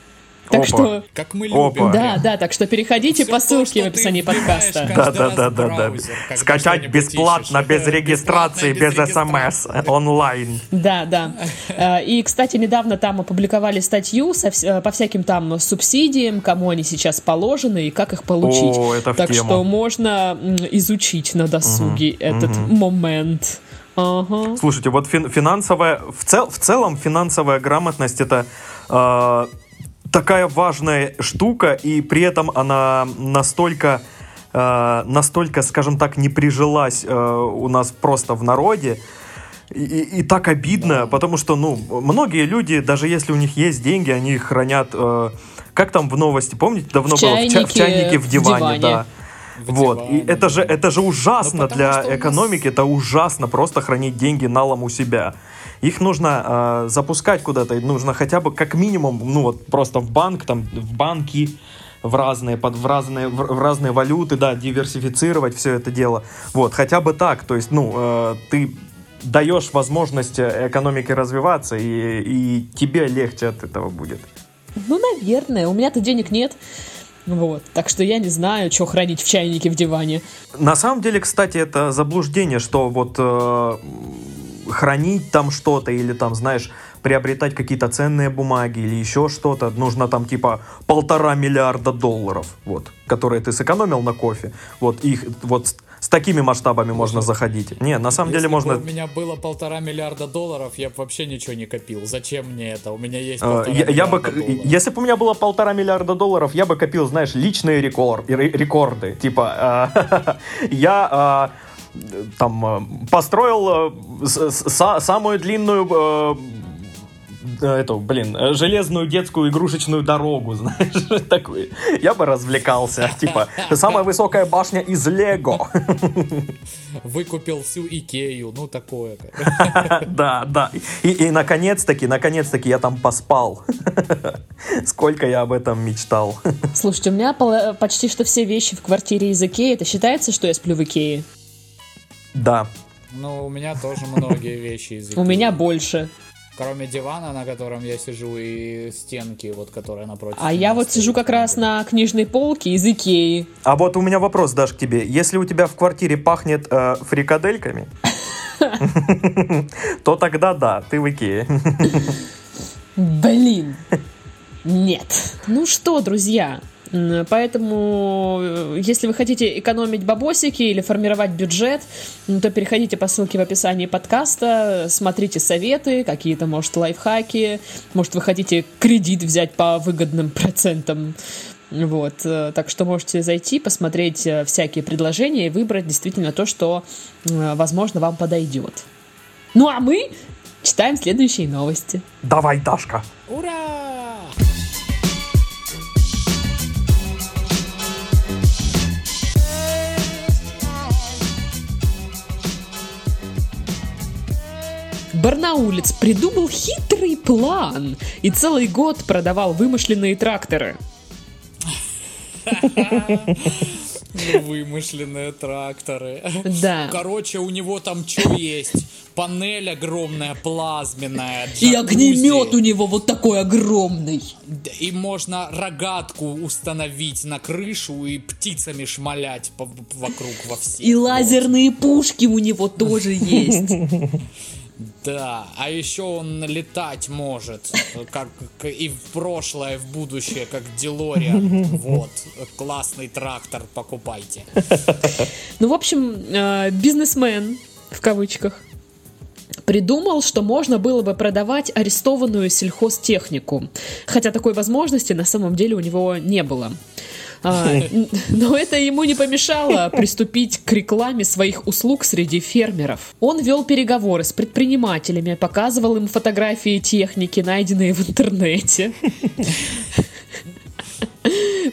Speaker 1: Так
Speaker 3: Опа.
Speaker 1: что,
Speaker 2: Как мы
Speaker 3: Опа.
Speaker 2: любим.
Speaker 1: да, да, так что переходите
Speaker 2: Всё
Speaker 1: по
Speaker 2: то,
Speaker 1: ссылке
Speaker 2: что
Speaker 1: в
Speaker 2: ты
Speaker 1: описании
Speaker 2: вбиваешь,
Speaker 1: подкаста.
Speaker 2: как- Каждый раз
Speaker 3: Да-да-да-да.
Speaker 2: в браузер, когда
Speaker 3: Скачать
Speaker 2: что-нибудь
Speaker 3: бесплатно,
Speaker 2: ищешь.
Speaker 3: без
Speaker 2: Да,
Speaker 3: регистрации, без
Speaker 2: бесплатно, без
Speaker 3: смс, онлайн.
Speaker 1: Да, да. Э, И, кстати, недавно там опубликовали статью со вс- э, по всяким там субсидиям, кому они сейчас положены и как их получить.
Speaker 3: О, это в
Speaker 1: так
Speaker 3: тему.
Speaker 1: что можно м, изучить на досуге этот момент. Ага.
Speaker 3: Слушайте, вот фин- финансовая, в, цел- в целом финансовая грамотность это э, такая важная штука, и при этом она настолько, э, настолько, скажем так, не прижилась э, у нас просто в народе. И, и- и так обидно, потому что, ну, многие люди, даже если у них есть деньги, они их хранят, э, как там в новости, помните, давно
Speaker 1: В
Speaker 3: было, В ча- в
Speaker 1: чайнике,
Speaker 3: чайнике, в
Speaker 1: в диване.
Speaker 3: диване, да.
Speaker 2: В
Speaker 3: Вот, и
Speaker 2: диване,
Speaker 3: это же, это же ужасно
Speaker 2: Ну, потому
Speaker 3: для
Speaker 2: что у нас-
Speaker 3: экономики, это ужасно просто хранить деньги налом у себя. Их нужно э, запускать куда-то, и нужно хотя бы как минимум, ну вот просто в банк, там, в банки, в разные, под, в разные, в, в разные валюты, да, диверсифицировать все это дело. Вот, хотя бы так, то есть, ну, э, ты даешь возможность э, экономике развиваться, и, и тебе легче от этого будет.
Speaker 1: Ну, наверное. У меня-то денег нет. Вот. Так что я не знаю, что хранить в чайнике в диване.
Speaker 3: На самом деле, кстати, это заблуждение, что вот э, хранить там что-то или там, знаешь, приобретать какие-то ценные бумаги или еще что-то, нужно там типа полтора миллиарда долларов, вот, которые ты сэкономил на кофе, вот их вот с, с такими масштабами можно заходить. Не, на самом
Speaker 2: Если
Speaker 3: деле можно.
Speaker 2: бы у меня было полтора миллиарда долларов, я бы вообще ничего не копил. Зачем мне это? У меня есть
Speaker 3: э,
Speaker 2: полтора
Speaker 3: Я, я бы,
Speaker 2: миллиарда долларов.
Speaker 3: если бы у меня было полтора миллиарда долларов, я бы копил, знаешь, личные рекорд, ре- рекорды. Типа, э, я э, там э, построил э, с- с- са- самую длинную э,
Speaker 4: э, эту, блин, э, железную детскую игрушечную дорогу, знаешь, такой. Я бы развлекался, типа, самая высокая башня из Лего.
Speaker 2: Выкупил всю Икею, ну такое.
Speaker 4: Да, да. И, и наконец-таки, наконец-таки я там поспал. Сколько я об этом мечтал.
Speaker 1: Слушайте, у меня пол- почти что все вещи в квартире из Икеи. Это считается, что я сплю в Икее?
Speaker 4: Да.
Speaker 2: Ну, у меня тоже многие вещи из
Speaker 1: У
Speaker 2: Икеи.
Speaker 1: меня больше.
Speaker 2: Кроме дивана, на котором я сижу, и стенки, вот которая напротив.
Speaker 1: А
Speaker 2: меня
Speaker 1: я вот
Speaker 2: стоит.
Speaker 1: сижу как раз на книжной полке из Икеи.
Speaker 4: А вот у меня вопрос, Даш, к тебе. Если у тебя в квартире пахнет э, фрикадельками, то тогда да, ты в Икее.
Speaker 1: Блин. Нет. Ну что, друзья, м, поэтому, э, если вы хотите экономить бабосики или формировать бюджет, м, то переходите по ссылке в описании подкаста, э, смотрите советы, какие-то, может, лайфхаки, может, вы хотите кредит взять по выгодным процентам. Вот, э, так что можете зайти, посмотреть э, всякие предложения и выбрать действительно то, что, э, возможно, вам подойдет. Ну а мы читаем следующие новости.
Speaker 4: Давай, Дашка.
Speaker 2: Ура!
Speaker 1: Барнаулец придумал хитрый план и целый год продавал вымышленные тракторы.
Speaker 2: Вымышленные тракторы.
Speaker 1: Да.
Speaker 2: Короче, у него там что есть? Панель огромная, плазменная.
Speaker 1: И
Speaker 2: джакузи.
Speaker 1: огнемет у него вот такой огромный.
Speaker 2: Да, И можно рогатку установить на крышу и птицами шмалять по- вокруг во все.
Speaker 1: И лазерные пушки у него тоже есть.
Speaker 2: Да, а еще он летать может, как к- и в прошлое, и в будущее, как Делориан. Вот, классный трактор покупайте.
Speaker 1: Ну, в общем, э, бизнесмен, в кавычках, придумал, что можно было бы продавать арестованную сельхозтехнику. Хотя такой возможности на самом деле у него не было. А, н- Но это ему не помешало приступить к рекламе своих услуг среди фермеров. Он вел переговоры с предпринимателями, показывал им фотографии техники, найденные в интернете.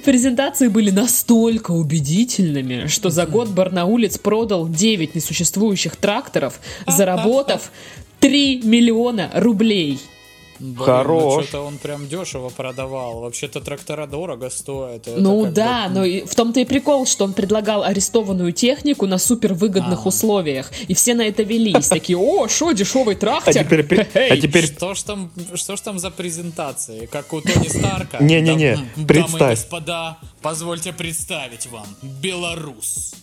Speaker 1: Презентации были настолько убедительными, что за год Барнаулец продал 9 несуществующих тракторов,
Speaker 3: А,
Speaker 1: заработав 3 миллиона рублей.
Speaker 2: Блин,
Speaker 3: Хорош.
Speaker 2: то он прям дешево продавал. Вообще-то трактора дорого стоят. это
Speaker 1: ну
Speaker 2: как
Speaker 1: да,
Speaker 2: бы-
Speaker 1: но и в том-то и прикол, что он предлагал арестованную технику на супервыгодных
Speaker 2: А.
Speaker 1: условиях. И все на это велись. Такие, о, шо, дешевый
Speaker 3: А
Speaker 1: трактор?
Speaker 3: теперь, при- а
Speaker 1: Хе-хей».
Speaker 3: теперь
Speaker 2: Что ж там, что ж там за презентации, как у Тони Старка?
Speaker 3: Не-не-не,
Speaker 2: Дам- м,
Speaker 3: представь.
Speaker 2: Дамы и господа, позвольте представить вам белорус.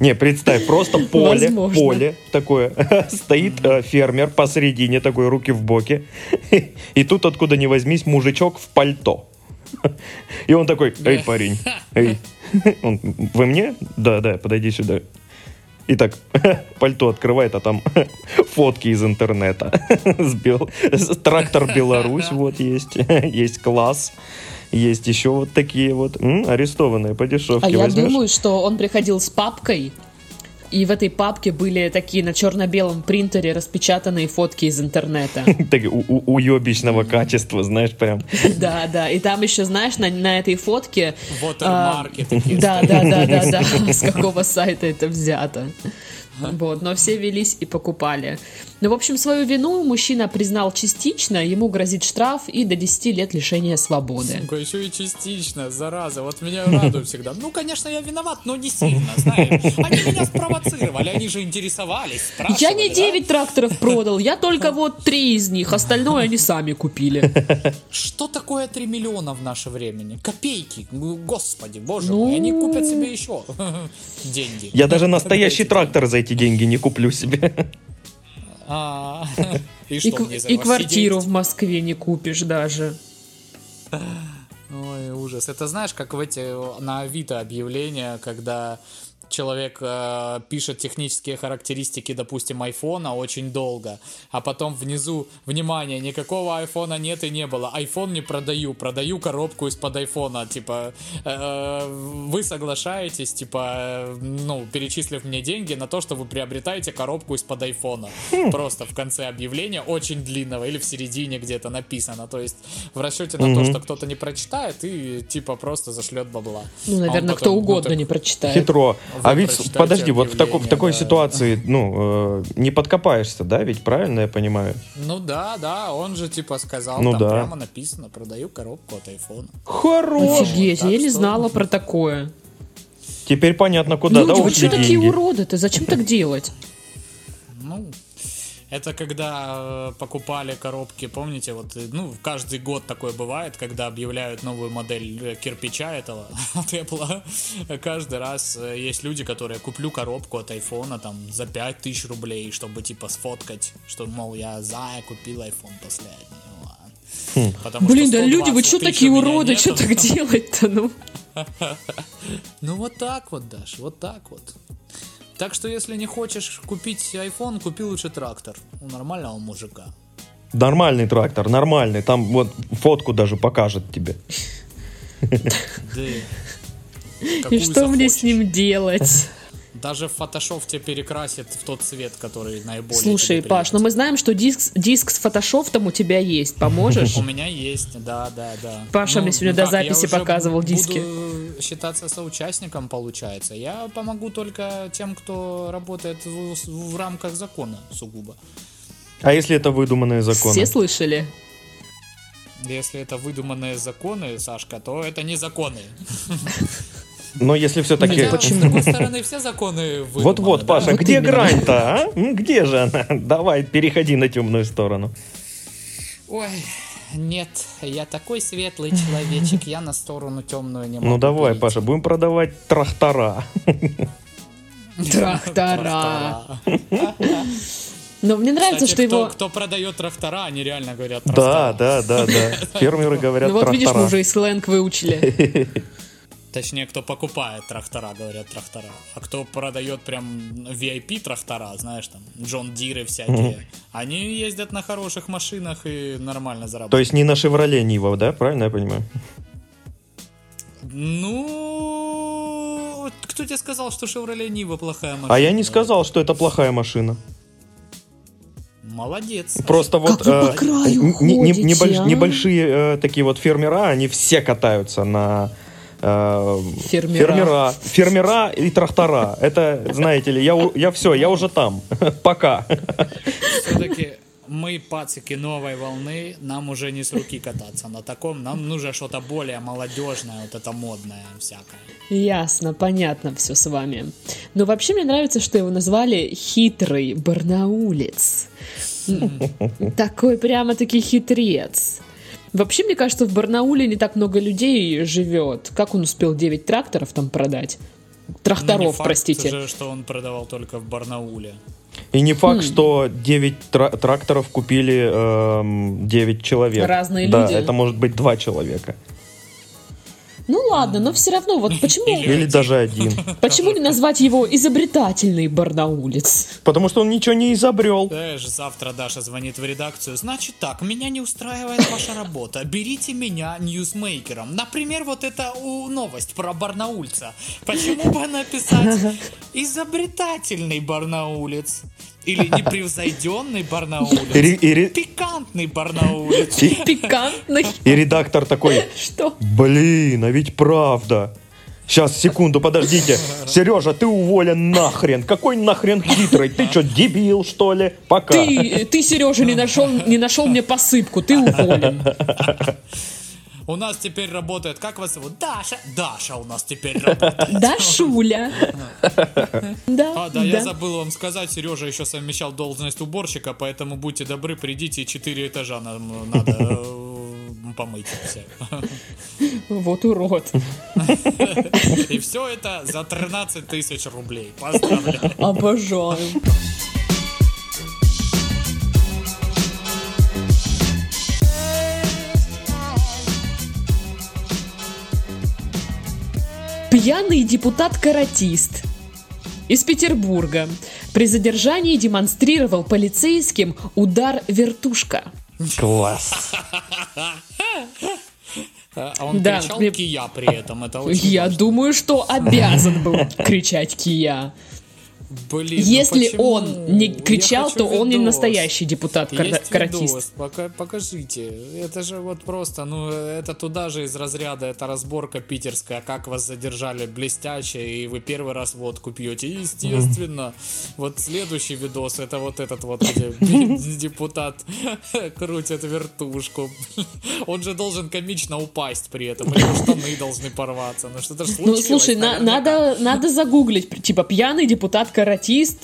Speaker 3: Не, представь, просто поле,
Speaker 1: Возможно.
Speaker 3: поле такое, стоит э, фермер посередине, такой руки в боки, и тут откуда ни возьмись мужичок в пальто. И он такой, эй, парень, эй, Он, вы мне? Да, да, подойди сюда. И так, пальто открывает, а там фотки из интернета. С бел- с- Трактор Беларусь вот есть, есть класс, есть еще вот такие вот, М, арестованные по дешевке
Speaker 1: А я
Speaker 3: возьмешь?
Speaker 1: думаю, что он приходил с папкой, и в этой папке были такие на черно-белом принтере распечатанные фотки из интернета.
Speaker 3: Так, у- у- уебищного качества, знаешь, прям.
Speaker 1: Да, да. И там еще, знаешь, на, на этой фотке... а,
Speaker 2: Вотермарки такие
Speaker 1: Да, да, да, да, да. С какого сайта это взято. Вот, но все велись и покупали. Ну, в общем, свою вину мужчина признал частично, ему грозит штраф и до 10 лет лишения свободы.
Speaker 2: Такой, еще и частично, зараза, вот меня радует всегда. Ну, конечно, я виноват, но не сильно, знаешь. Они меня спровоцировали, они же интересовались, спрашивали.
Speaker 1: Я не
Speaker 2: да?
Speaker 1: 9 тракторов продал, я только вот 3 из них, остальное они сами купили.
Speaker 2: Что такое 3 миллиона в наше время? Копейки, Ну, господи, боже
Speaker 1: Ну.
Speaker 2: мой, они купят себе еще деньги.
Speaker 3: Я даже настоящий трактор за эти деньги не куплю себе.
Speaker 2: А, И
Speaker 1: И,
Speaker 2: что
Speaker 1: кв-
Speaker 2: мне за
Speaker 1: и
Speaker 2: него
Speaker 1: квартиру
Speaker 2: сидеть?
Speaker 1: в Москве не купишь даже.
Speaker 2: Ой, ужас. Это знаешь, как в эти э, на Авито объявления, когда человек э, пишет технические характеристики, допустим, айфона очень долго, а потом внизу, внимание, никакого айфона нет и не было, айфон не продаю, продаю коробку из-под айфона, типа, э, вы соглашаетесь, типа, э, ну, перечислив мне деньги на то, что вы приобретаете коробку из-под айфона,
Speaker 3: Хм.
Speaker 2: просто в конце объявления, очень длинного, или в середине где-то написано, то есть в расчете на то,
Speaker 3: Мгм.
Speaker 2: что кто-то не прочитает и, типа, просто зашлет бабла.
Speaker 1: Ну,
Speaker 2: А он
Speaker 1: наверное,
Speaker 2: потом,
Speaker 1: кто
Speaker 2: ну,
Speaker 1: угодно
Speaker 2: так
Speaker 1: не прочитает.
Speaker 3: Хитро. А
Speaker 2: Вы
Speaker 3: ведь,
Speaker 2: прочитайте
Speaker 3: подожди, вот в, тако- в
Speaker 2: объявление,
Speaker 3: такой
Speaker 2: да.
Speaker 3: ситуации, ну, э, не подкопаешься, да, ведь правильно я понимаю?
Speaker 2: Ну да, да, он же типа сказал,
Speaker 3: Ну
Speaker 2: там
Speaker 3: да.
Speaker 2: прямо написано, продаю коробку от айфона.
Speaker 3: Хорош!
Speaker 1: Офигеть,
Speaker 2: так
Speaker 1: я не
Speaker 2: что-
Speaker 1: знала про такое.
Speaker 3: Теперь понятно, куда,
Speaker 1: Люди,
Speaker 3: да,
Speaker 1: вы
Speaker 3: ушли
Speaker 1: что такие
Speaker 3: деньги.
Speaker 1: уроды-то? Зачем так делать?
Speaker 2: Ну, это когда э, покупали коробки, помните, вот, э, ну, каждый год такое бывает, когда объявляют новую модель э, кирпича этого от Apple. Каждый раз э, есть люди, которые куплю коробку от айфона там за 5000 рублей, чтобы типа сфоткать, что, мол, я за, я купил iPhone последний. Ну, ладно. Потому
Speaker 1: Блин,
Speaker 2: что
Speaker 1: да люди, вы
Speaker 2: 120
Speaker 1: что
Speaker 2: тысяч
Speaker 1: такие
Speaker 2: у меня
Speaker 1: уроды?
Speaker 2: нету.
Speaker 1: Что так делать-то? Ну,
Speaker 2: Ну вот так вот, Даш, вот так вот. Так что если не хочешь купить iPhone, купи лучше трактор. У нормального мужика.
Speaker 3: Нормальный трактор, нормальный. Там вот фотку даже покажет тебе.
Speaker 2: Да.
Speaker 1: и
Speaker 2: Какую
Speaker 1: ну что мне
Speaker 2: захочешь.
Speaker 1: с ним делать?
Speaker 2: Даже Photoshop тебя перекрасит в тот цвет, который наиболее
Speaker 1: Слушай,
Speaker 2: тебе
Speaker 1: Паш, ну
Speaker 2: приятен.
Speaker 1: мы знаем, что диск, с- диск с фотошофтом у тебя есть. Поможешь?
Speaker 2: У меня есть, да, да, да. Ну,
Speaker 1: Паша мне сегодня до
Speaker 2: как, я
Speaker 1: записи
Speaker 2: уже
Speaker 1: показывал
Speaker 2: буду
Speaker 1: диски.
Speaker 2: считаться соучастником, получается. Я помогу только тем, кто работает в, в рамках закона сугубо.
Speaker 3: А если это выдуманные законы?
Speaker 1: Все слышали?
Speaker 2: Если это выдуманные законы, Сашка, то это не законы.
Speaker 3: Но если все-таки...
Speaker 2: Хотя, с другой стороны, все законы выдуманы.
Speaker 3: Вот-вот,
Speaker 2: да?
Speaker 3: Паша,
Speaker 1: Вот
Speaker 3: где
Speaker 1: именно.
Speaker 3: грань-то, а? М, Где же она? Давай, переходи на темную сторону.
Speaker 2: Ой, нет, я такой светлый человечек, я на сторону темную не могу.
Speaker 3: Ну давай,
Speaker 2: перейти.
Speaker 3: Паша, будем продавать трактора.
Speaker 1: Трактора. Но мне нравится,
Speaker 2: Кстати,
Speaker 1: что
Speaker 2: кто,
Speaker 1: его...
Speaker 2: кто продает трактора, они реально говорят
Speaker 3: Да,
Speaker 2: трактора.
Speaker 3: да, да, да. Фермеры говорят
Speaker 1: Ну вот видишь, мы уже
Speaker 3: трактора.
Speaker 1: и сленг выучили.
Speaker 2: Точнее, кто покупает трактора, говорят трактора. А кто продает прям VIP трактора, знаешь, там, Джон Диры всякие. Они ездят на хороших машинах и нормально
Speaker 3: То
Speaker 2: зарабатывают.
Speaker 3: есть не на Шевроле Нива, да? Правильно я понимаю?
Speaker 2: Ну, кто тебе сказал, что Шевроле Нива плохая машина?
Speaker 3: А я не сказал, что это плохая машина.
Speaker 2: Молодец.
Speaker 3: Просто вот
Speaker 1: вы
Speaker 3: э,
Speaker 1: по краю
Speaker 3: н- н-
Speaker 1: ходите,
Speaker 3: небольш-
Speaker 1: а?
Speaker 3: небольшие э, такие вот фермера, они все катаются на э,
Speaker 1: Фермера.
Speaker 3: фермера, фермера и трактора. Это, знаете ли, я, у- я все, я уже там. Пока.
Speaker 2: Все-таки мы, пацики новой волны, нам уже не с руки кататься на таком. Нам нужно что-то более молодежное, вот это модное всякое.
Speaker 1: Ясно, понятно все с вами. Но вообще мне нравится, что его назвали «Хитрый барнаулец». М, Такой прямо-таки хитрец. Вообще, мне кажется, в Барнауле не так много людей живет. Как он успел 9 тракторов там продать?
Speaker 2: Ну, не
Speaker 1: Тракторов,
Speaker 2: факт
Speaker 1: простите.
Speaker 2: же, что он продавал только в Барнауле.
Speaker 3: И не
Speaker 1: Хм.
Speaker 3: факт, что 9 тра- тракторов купили эм, 9 человек.
Speaker 1: Разные
Speaker 3: да,
Speaker 1: люди.
Speaker 3: это может быть 2 человека.
Speaker 1: Ну ладно, но все равно, вот почему,
Speaker 3: Или даже один.
Speaker 1: почему не назвать его изобретательный барнаулец?
Speaker 3: Потому что он ничего не изобрел.
Speaker 2: Знаешь, Э, завтра Даша звонит в редакцию. Значит так, меня не устраивает ваша работа. Берите меня ньюсмейкером. Например, вот это у, новость про Барнаульца. Почему бы написать изобретательный Барнаулец? Или непревзойденный
Speaker 3: И, ре-
Speaker 2: Барнаулец?
Speaker 3: и ре-
Speaker 2: Пикантный Барнаулец.
Speaker 3: и-
Speaker 1: Пикантный,
Speaker 3: и редактор такой,
Speaker 1: что?
Speaker 3: блин, а ведь правда. Сейчас, секунду, подождите. Сережа, ты уволен нахрен. Какой нахрен хитрый? Ты что, дебил, что ли? Пока.
Speaker 1: Ты, ты Сережа, не нашел, не нашел мне посыпку, ты уволен.
Speaker 2: У нас теперь работает, как вас зовут? Даша. Даша у нас теперь работает.
Speaker 1: Да, Шуля. Да,
Speaker 2: А, да, я забыл вам сказать, Сережа еще совмещал должность уборщика, поэтому будьте добры, придите, и четыре этажа нам надо э, помыть все.
Speaker 1: Вот урод.
Speaker 2: И все это за 13 тысяч рублей. Поздравляю.
Speaker 1: Обожаю. Пьяный депутат-каратист из Петербурга при задержании демонстрировал полицейским удар вертушка.
Speaker 3: Класс.
Speaker 2: А а он
Speaker 1: Да,
Speaker 2: кричал
Speaker 1: мне-
Speaker 2: «Кия» при этом. Это очень
Speaker 1: Я
Speaker 2: важно.
Speaker 1: думаю, что обязан был кричать Кия.
Speaker 2: Блин, ну
Speaker 1: Если
Speaker 2: почему?
Speaker 1: он не
Speaker 2: Я
Speaker 1: кричал,
Speaker 2: хочу
Speaker 1: то он не
Speaker 2: видос.
Speaker 1: настоящий депутат кара-
Speaker 2: Есть
Speaker 1: каратист.
Speaker 2: видос, пока- покажите. Это же вот просто, ну, это туда же из разряда, это разборка питерская, как вас задержали блестяще, и вы первый раз водку пьете. Естественно. Вот следующий видос, это вот этот вот, где депутат крутит вертушку. Он же должен комично упасть при этом, или штаны должны порваться. Ну, что-то ж
Speaker 1: Ну,
Speaker 2: случилось.
Speaker 1: слушай, на-
Speaker 2: наверняка.
Speaker 1: надо, надо загуглить. при- Типа, пьяный депутат-каратист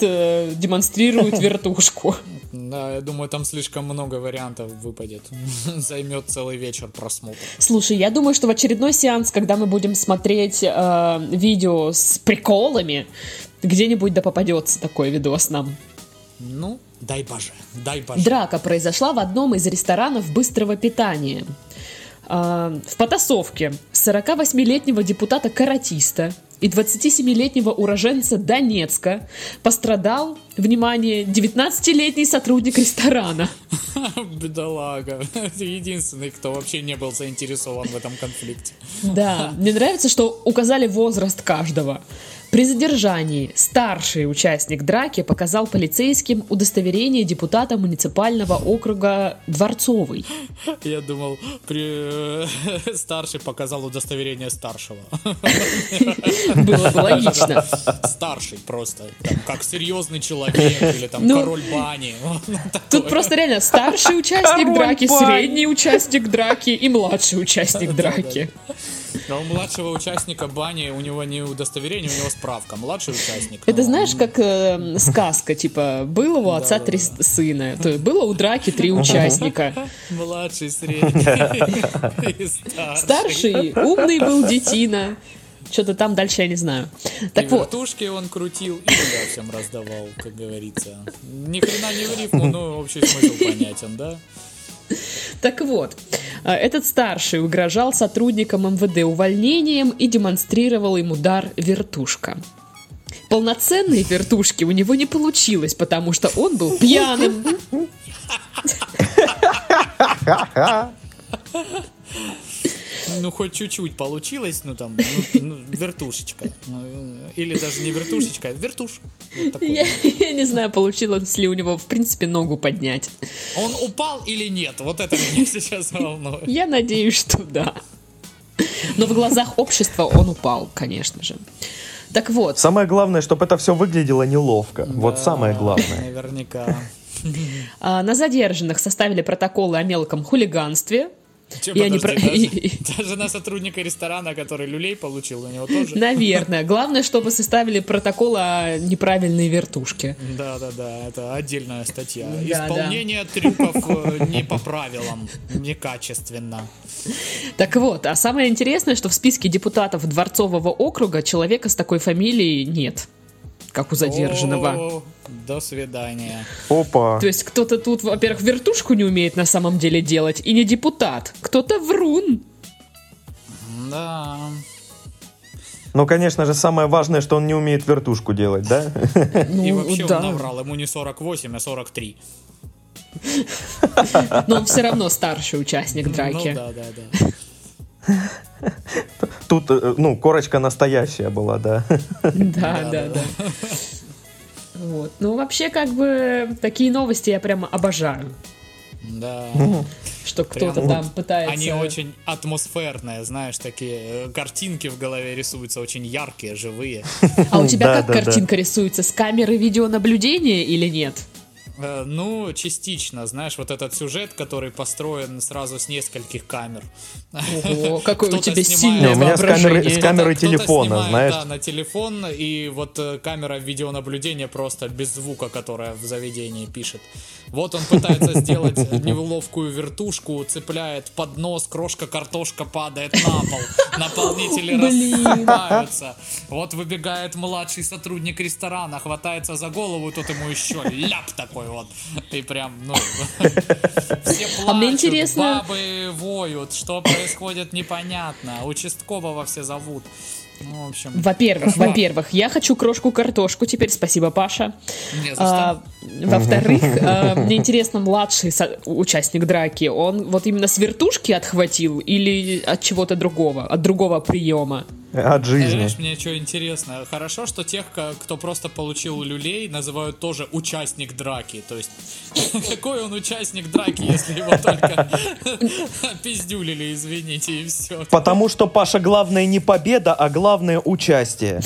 Speaker 1: э, демонстрирует вертушку.
Speaker 2: Да, я думаю, там слишком много вариантов выпадет. Займет целый вечер просмотр.
Speaker 1: Слушай, я думаю, что в очередной сеанс, когда мы будем смотреть э, видео с приколами, где-нибудь да попадется такой видос нам.
Speaker 2: Ну, дай боже, дай боже.
Speaker 1: Драка произошла в одном из ресторанов быстрого питания. А, В потасовке 48-летнего депутата-каратиста и 27-летнего уроженца Донецка пострадал, внимание, 19-летний сотрудник ресторана.
Speaker 2: Бедолага. Ты единственный, кто вообще не был заинтересован в этом конфликте.
Speaker 1: Да, мне нравится, что указали возраст каждого. При задержании старший участник драки показал полицейским удостоверение депутата муниципального округа Дворцовый.
Speaker 2: Я думал, при... старший показал удостоверение старшего.
Speaker 1: Было бы логично.
Speaker 2: Старший просто. Там, как серьезный человек или там
Speaker 1: Ну,
Speaker 2: король бани.
Speaker 1: Тут просто реально старший участник
Speaker 4: Король
Speaker 1: драки,
Speaker 4: бани.
Speaker 1: средний участник драки и младший участник драки.
Speaker 2: А у младшего участника бани у него не удостоверение, у него справка. Младший участник.
Speaker 1: Это
Speaker 2: ну,
Speaker 1: знаешь, как э, сказка, типа, было у отца три с- сына, то есть было у драки три участника.
Speaker 2: Младший, средний и старший.
Speaker 1: Старший умный был детина, что-то там дальше я не знаю.
Speaker 2: и
Speaker 1: Так вот,
Speaker 2: вертушки он крутил и я всем раздавал, как говорится. Ни хрена не в рифму, но общий смысл понятен, да?
Speaker 1: так вот, э, этот старший угрожал сотрудникам МВД увольнением и демонстрировал им удар вертушка. Полноценные вертушки у него не получилось, потому что он был пьяным.
Speaker 2: Ну, хоть чуть-чуть получилось, ну там, ну, ну, вертушечка. Ну, Или даже не вертушечка, а вертуш. Вот такой.
Speaker 1: Я, я не знаю, получилось ли у него, в принципе, ногу поднять.
Speaker 2: Он упал или нет? Вот это меня сейчас волнует.
Speaker 1: Я надеюсь, что да. Но в глазах общества он упал, конечно же. Так вот,
Speaker 3: Самое главное, чтобы это все выглядело неловко. Вот самое главное.
Speaker 2: А, Наверняка.
Speaker 1: а, на задержанных составили протоколы о мелком хулиганстве.
Speaker 2: Чё,
Speaker 1: Я не
Speaker 2: подожди,
Speaker 1: про-
Speaker 2: даже- Даже на сотрудника ресторана, который люлей получил, у него тоже.
Speaker 1: Наверное. Главное, чтобы составили протокол о неправильной вертушке.
Speaker 2: Да, да, да, это отдельная статья.
Speaker 1: Да,
Speaker 2: Исполнение трюков э, не по правилам, некачественно.
Speaker 1: Так вот, а самое интересное, что в списке депутатов Дворцового округа человека с такой фамилией нет, как у задержанного.
Speaker 2: О, До свидания.
Speaker 4: Опа.
Speaker 1: То есть кто-то тут, во-первых, вертушку не умеет на самом деле делать, и не депутат. Кто-то врун.
Speaker 2: Да.
Speaker 3: Ну, конечно же, самое важное, что он не умеет вертушку делать, да?
Speaker 1: Ну,
Speaker 2: И вообще
Speaker 1: да.
Speaker 2: он наврал, ему не 48, а 43.
Speaker 1: Но он все равно старший участник
Speaker 2: Ну
Speaker 1: драки.
Speaker 2: да, да, да.
Speaker 3: Тут, э, ну, корочка настоящая была, да.
Speaker 1: да, да, да. Вот. Ну, вообще, как бы, такие новости я прямо обожаю. Ну,
Speaker 2: Да.
Speaker 1: Что
Speaker 2: Прям
Speaker 1: кто-то
Speaker 2: вот
Speaker 1: там пытается... А
Speaker 2: Они очень атмосферные, знаешь, такие э, картинки в голове рисуются, очень яркие, живые.
Speaker 1: А у тебя
Speaker 3: Да,
Speaker 1: как
Speaker 3: да, да.
Speaker 1: картинка рисуется? С камеры видеонаблюдения или нет?
Speaker 2: Э, Ну, частично, знаешь, вот этот сюжет, который построен сразу с нескольких камер.
Speaker 1: Ого, какое у
Speaker 2: Кто-то
Speaker 1: тебя
Speaker 2: снимает.
Speaker 1: сильное
Speaker 3: Не, у меня с камеры-
Speaker 1: воображение.
Speaker 3: с кам- камеры
Speaker 2: Кто-то- кто-то
Speaker 3: телефона,
Speaker 2: снимает,
Speaker 3: знаешь.
Speaker 2: Да, на телефон, и вот э, камера видеонаблюдения просто без звука, которая в заведении пишет. Вот он пытается сделать неловкую вертушку, цепляет поднос, крошка картошка падает на пол, наполнители
Speaker 1: Блин.
Speaker 2: рассыпаются. Вот выбегает младший сотрудник ресторана, хватается за голову, тут ему еще ляп такой вот. И прям, ну, все
Speaker 1: А мне
Speaker 2: плачут,
Speaker 1: интересно-
Speaker 2: бабы воют, что происходит непонятно, участкового все зовут. Ну, в общем,
Speaker 1: Во-первых,
Speaker 2: кошмар.
Speaker 1: во-первых, я хочу крошку-картошку теперь, спасибо, Паша.
Speaker 2: Не за что.
Speaker 1: А, во-вторых, а, мне интересно, младший со- участник драки, он вот именно с вертушки отхватил или от чего-то другого, от другого приема?
Speaker 3: От жизни.
Speaker 2: Знаешь, мне что интересно, хорошо, что тех, ко- кто просто получил люлей, называют тоже участник драки. То есть, какой он участник драки, если его только пиздюлили, извините, и все.
Speaker 3: Потому что, Паша, главное не победа, а главное участие.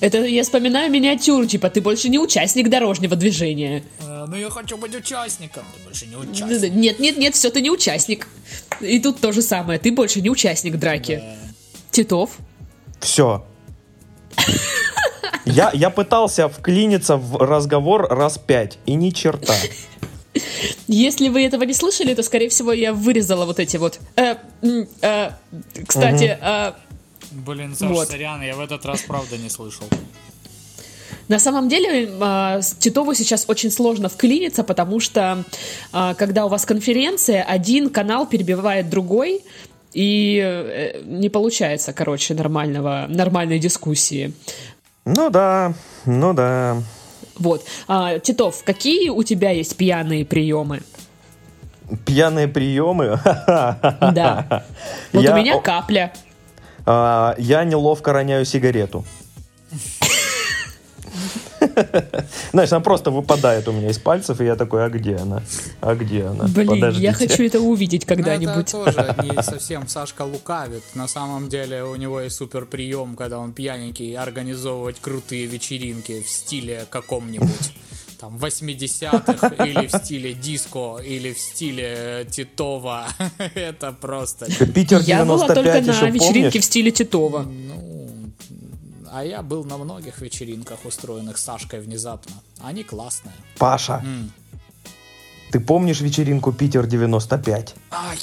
Speaker 1: Это я вспоминаю миниатюру, типа, ты больше не участник дорожнего движения.
Speaker 2: Ну я хочу быть участником. Ты больше не участник.
Speaker 1: Нет, нет, нет, все, ты не участник. И тут то же самое, ты больше не участник драки. Титов?
Speaker 3: Все. Я, я пытался вклиниться в разговор раз пять, и ни черта.
Speaker 1: Если вы этого не слышали, то, скорее всего, я вырезала вот эти вот... э, м, э, кстати, э,
Speaker 2: Блин, Саш,
Speaker 1: Вот.
Speaker 2: сорян, я в этот раз правда не слышал.
Speaker 1: На самом деле э, с Титову сейчас очень сложно вклиниться, потому что э, когда у вас конференция, один канал перебивает другой, и э, не получается, короче, нормального, нормальной дискуссии.
Speaker 3: Ну да, ну да.
Speaker 1: Вот. А, Титов, какие у тебя есть пьяные приемы?
Speaker 3: Пьяные приемы.
Speaker 1: Да. Вот
Speaker 3: Я-
Speaker 1: у меня капля.
Speaker 3: А, я неловко роняю сигарету. Знаешь, она просто выпадает у меня из пальцев, и я такой, а где она? А где она?
Speaker 1: Блин,
Speaker 3: Подождите».
Speaker 1: я хочу это увидеть
Speaker 2: Ну, Это
Speaker 1: когда-нибудь.
Speaker 2: тоже не совсем Сашка лукавит. На самом деле у него есть супер прием, когда он пьяненький, организовывать крутые вечеринки в стиле каком-нибудь. Там 80-х или в стиле диско, или в стиле Титова. Это просто...
Speaker 3: Питер
Speaker 1: Я
Speaker 3: 95
Speaker 1: была только
Speaker 3: еще,
Speaker 1: на вечеринке
Speaker 3: помнишь?
Speaker 1: в стиле Титова.
Speaker 2: Ну, а я был на многих вечеринках, устроенных Сашкой внезапно. Они классные.
Speaker 3: Паша,
Speaker 2: М.
Speaker 3: ты помнишь вечеринку Питер 95?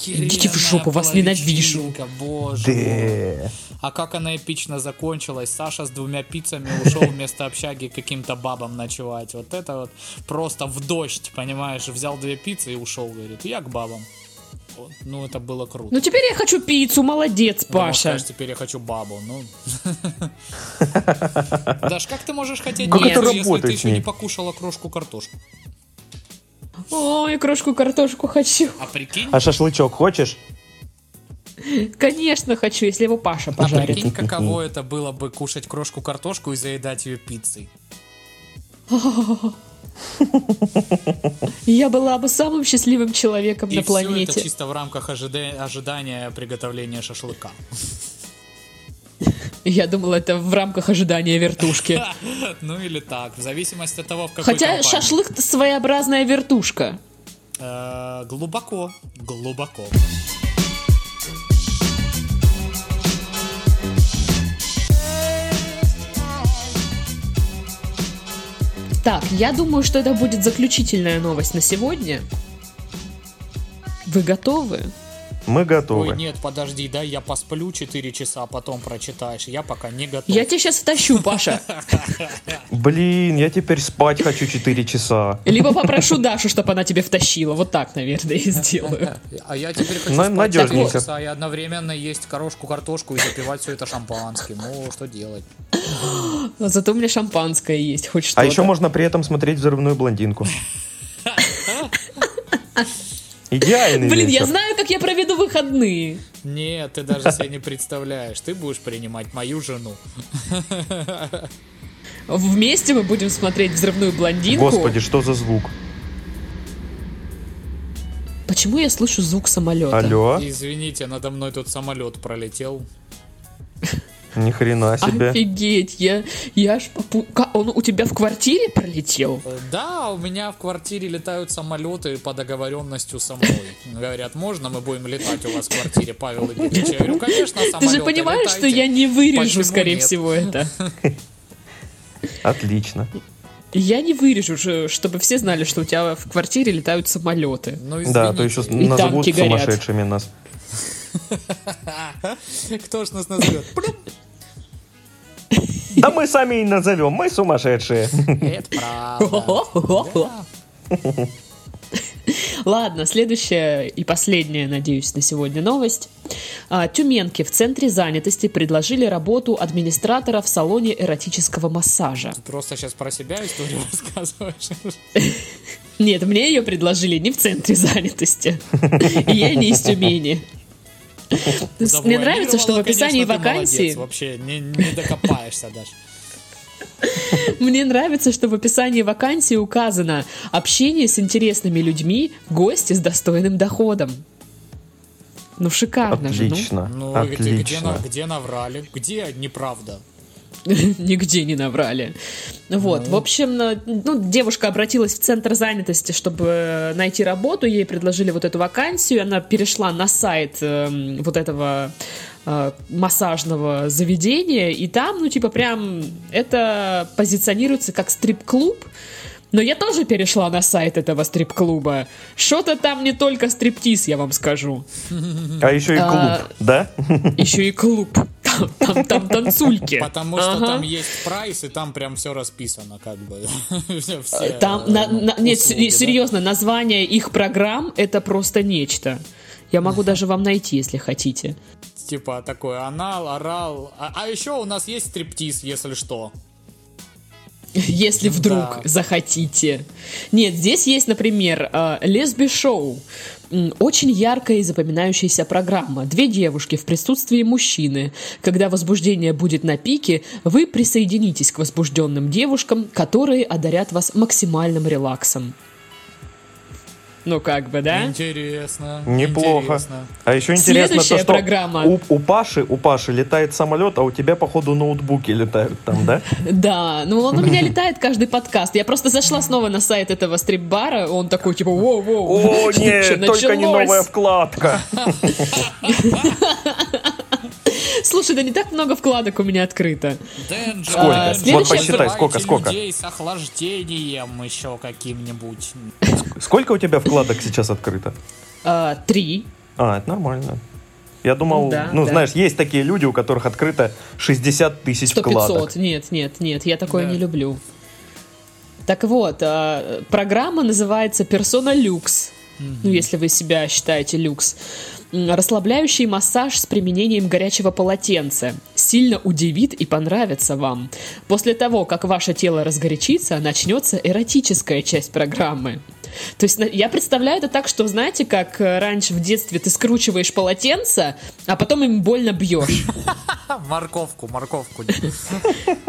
Speaker 1: Идите в жопу, вас
Speaker 2: Охеренная
Speaker 1: ненавижу.
Speaker 2: была вечеринка, Боже мой.
Speaker 3: Да.
Speaker 2: А как она эпично закончилась. Саша с двумя пиццами ушел вместо общаги к каким-то бабам ночевать. Вот это вот просто в дождь, понимаешь. Взял две пиццы и ушел, говорит. Я к бабам. Вот, Ну, это было круто.
Speaker 1: Ну теперь я хочу пиццу, молодец,
Speaker 2: Потому
Speaker 1: Паша.
Speaker 2: скажешь, теперь я хочу бабу. Ну. Даш, как ты можешь хотеть
Speaker 3: Как
Speaker 2: пиццу,
Speaker 3: это
Speaker 2: если ты
Speaker 3: работает с
Speaker 2: еще
Speaker 3: ней?
Speaker 2: не покушала крошку картошку?
Speaker 1: Ой, крошку-картошку хочу.
Speaker 2: А прикинь,
Speaker 3: А шашлычок хочешь?
Speaker 1: Конечно, хочу, если его Паша
Speaker 2: а
Speaker 1: пожарит.
Speaker 2: прикинь, каково это было бы кушать крошку картошку и заедать ее пиццей.
Speaker 1: Я была бы самым счастливым человеком
Speaker 2: И
Speaker 1: на
Speaker 2: всё это
Speaker 1: планете.
Speaker 2: чисто в рамках ожида- ожидания приготовления шашлыка.
Speaker 1: Я думала, это в рамках ожидания вертушки.
Speaker 2: Ну или так, в зависимости от того, в какой
Speaker 1: Хотя
Speaker 2: компании.
Speaker 1: шашлык своеобразная вертушка.
Speaker 2: Э, Глубоко, глубоко.
Speaker 1: Так, я думаю, что это будет заключительная новость на сегодня. Вы готовы?
Speaker 3: Мы
Speaker 2: Ой,
Speaker 3: готовы.
Speaker 2: нет, подожди, дай я посплю 4 часа, а потом прочитаешь. Я пока не готов.
Speaker 1: Я тебя сейчас втащу, Паша.
Speaker 3: Блин, я теперь спать хочу 4 часа.
Speaker 1: Либо попрошу Дашу, чтобы она тебе втащила. Вот так, наверное, и сделаю.
Speaker 2: А я теперь хочу
Speaker 3: На-
Speaker 2: спать
Speaker 3: надежненько.
Speaker 2: 4 часа и одновременно есть корошку картошку и запивать все это шампанским. Ну, что делать?
Speaker 1: Но зато у меня шампанское есть, хоть что-то.
Speaker 3: А еще можно при этом смотреть взрывную блондинку. Идеальный
Speaker 1: Блин, я
Speaker 3: вечер.
Speaker 1: знаю, как я проведу выходные.
Speaker 2: Нет, ты даже себе не представляешь. Ты будешь принимать мою жену.
Speaker 1: Вместе мы будем смотреть взрывную блондинку.
Speaker 3: Господи, что за звук?
Speaker 1: Почему я слышу звук самолета?
Speaker 3: Алло,
Speaker 2: Извините, надо мной тут самолет пролетел.
Speaker 3: ни хрена себе.
Speaker 1: Офигеть, я, я аж попу- Ка- Он у тебя в квартире пролетел?
Speaker 2: Э, Да, у меня в квартире летают самолеты по договоренности со мной. Говорят, можно мы будем летать у вас в квартире, Павел Игоревич? Я говорю, конечно, самолеты,
Speaker 1: Ты же понимаешь, что я
Speaker 2: летайте».
Speaker 1: не вырежу,
Speaker 2: Почему
Speaker 1: скорее
Speaker 2: нет?
Speaker 1: всего, это.
Speaker 3: Отлично.
Speaker 1: Я не вырежу, ж- чтобы все знали, что у тебя в квартире летают самолеты.
Speaker 2: Ну,
Speaker 3: Да, то еще
Speaker 2: извините.
Speaker 1: И
Speaker 3: назовут
Speaker 1: танки горят.
Speaker 3: сумасшедшими нас.
Speaker 2: Кто ж нас назовет?
Speaker 4: Да мы сами и назовем, мы сумасшедшие.
Speaker 2: Это правда. Да.
Speaker 1: Ладно, следующая и последняя, надеюсь, на сегодня новость. А, Тюменки в центре занятости предложили работу администратора в салоне эротического массажа.
Speaker 2: Ты просто сейчас про себя историю рассказываешь.
Speaker 1: Нет, мне ее предложили не в центре занятости. И я не из Тюмени. Мне нравится, что в
Speaker 2: Завуалировала,
Speaker 1: описании
Speaker 2: конечно, ты
Speaker 1: вакансии...
Speaker 2: молодец, Вообще не, не докопаешься даже.
Speaker 1: Мне нравится, что в описании вакансии указано «Общение с интересными людьми, гости с достойным доходом». Ну, шикарно же,
Speaker 4: Отлично,
Speaker 2: Ну, и где, где, на-
Speaker 4: отлично.
Speaker 2: где наврали, где неправда.
Speaker 1: ну. Нигде не наврали. Вот, в общем, э, ну, девушка обратилась в центр занятости, чтобы э, найти работу, ей предложили вот эту вакансию, она перешла на сайт эм, вот этого э, массажного заведения, и там, ну, типа, прям это позиционируется как стрип-клуб, Но я тоже перешла на сайт этого стрип-клуба. Что-то там не только стриптиз, я вам скажу.
Speaker 4: А еще и
Speaker 1: А,
Speaker 4: клуб, да?
Speaker 1: Еще и клуб. Там, там, там танцульки.
Speaker 2: Потому что
Speaker 1: Ага.
Speaker 2: там есть прайс, и там прям все расписано, как бы. Все- все,
Speaker 1: А, Там,
Speaker 2: э,
Speaker 1: на- на- нет,
Speaker 2: услуги,
Speaker 1: се-
Speaker 2: да.
Speaker 1: серьезно, название их программ это просто нечто. Я могу даже вам найти, если хотите.
Speaker 2: Типа такой анал, орал. А, а еще у нас есть стриптиз, если что.
Speaker 1: Если вдруг
Speaker 2: Ну Да.
Speaker 1: захотите. Нет, здесь есть, например, э, лесби-шоу. М, Очень яркая и запоминающаяся программа. Две девушки в присутствии мужчины. Когда возбуждение будет на пике, вы присоединитесь к возбужденным девушкам, которые одарят вас максимальным релаксом. Ну как бы, да?
Speaker 2: Интересно.
Speaker 4: Неплохо.
Speaker 2: интересно.
Speaker 4: А еще интересно то,
Speaker 1: Следующая
Speaker 4: что
Speaker 1: программа.
Speaker 4: у, у Паши, у Паши летает самолет, а у тебя, походу, ноутбуки летают там, да?
Speaker 1: Да, ну он у меня летает каждый подкаст. Я просто зашла снова на сайт этого стрип-бара, он такой типа воу-воу.
Speaker 4: О,
Speaker 1: Чё,
Speaker 4: нет, только не
Speaker 1: началось?
Speaker 4: новая вкладка.
Speaker 1: Слушай, да не так много вкладок у меня открыто.
Speaker 2: Danger,
Speaker 1: Сколько?
Speaker 2: danger.
Speaker 1: Вот Следующая-
Speaker 4: посчитай, сколько, сколько?
Speaker 2: людей с охлаждением еще каким-нибудь.
Speaker 4: Сколько у тебя вкладок сейчас открыто?
Speaker 1: А, три.
Speaker 4: А, это нормально. Я думал,
Speaker 1: Да,
Speaker 4: ну,
Speaker 1: да.
Speaker 4: знаешь, есть такие люди, у которых открыто 60 тысяч
Speaker 1: Сто
Speaker 4: вкладок.
Speaker 1: пятьсот. Нет, нет, нет, я такое
Speaker 2: Да.
Speaker 1: не люблю. Так вот, а, программа называется Persona Люкс. Ну, если вы себя считаете люкс. М, Расслабляющий массаж с применением горячего полотенца. Сильно удивит и понравится вам. После того, как ваше тело разгорячится, начнется эротическая часть программы. То есть на- я представляю это так, что, знаете, как э, раньше в детстве ты скручиваешь полотенце, а потом им больно бьешь.
Speaker 2: Ха, морковку, морковку.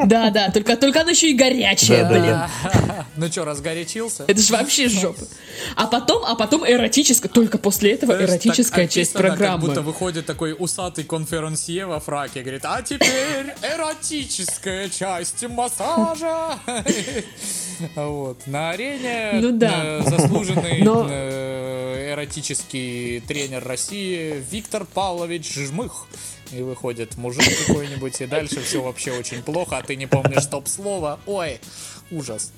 Speaker 1: Да, да, только, только она еще и горячая,
Speaker 4: Да-да-да.
Speaker 1: блин.
Speaker 2: Ну что, разгорячился?
Speaker 1: Это же вообще жопа. А потом, а потом эротическая, только после этого
Speaker 2: Знаешь, так
Speaker 1: эротическая часть
Speaker 2: описано, Как будто
Speaker 1: программы.
Speaker 2: выходит такой усатый конферансье во фраке, говорит, а теперь эротическая часть массажа. Вот. На арене
Speaker 1: Ну да.
Speaker 2: э, заслуженный
Speaker 1: Но-
Speaker 2: э, эротический тренер России Виктор Павлович Жмых. И выходит мужик какой-нибудь, и дальше все вообще очень плохо, а ты не помнишь топ-слова. Ой, ужас.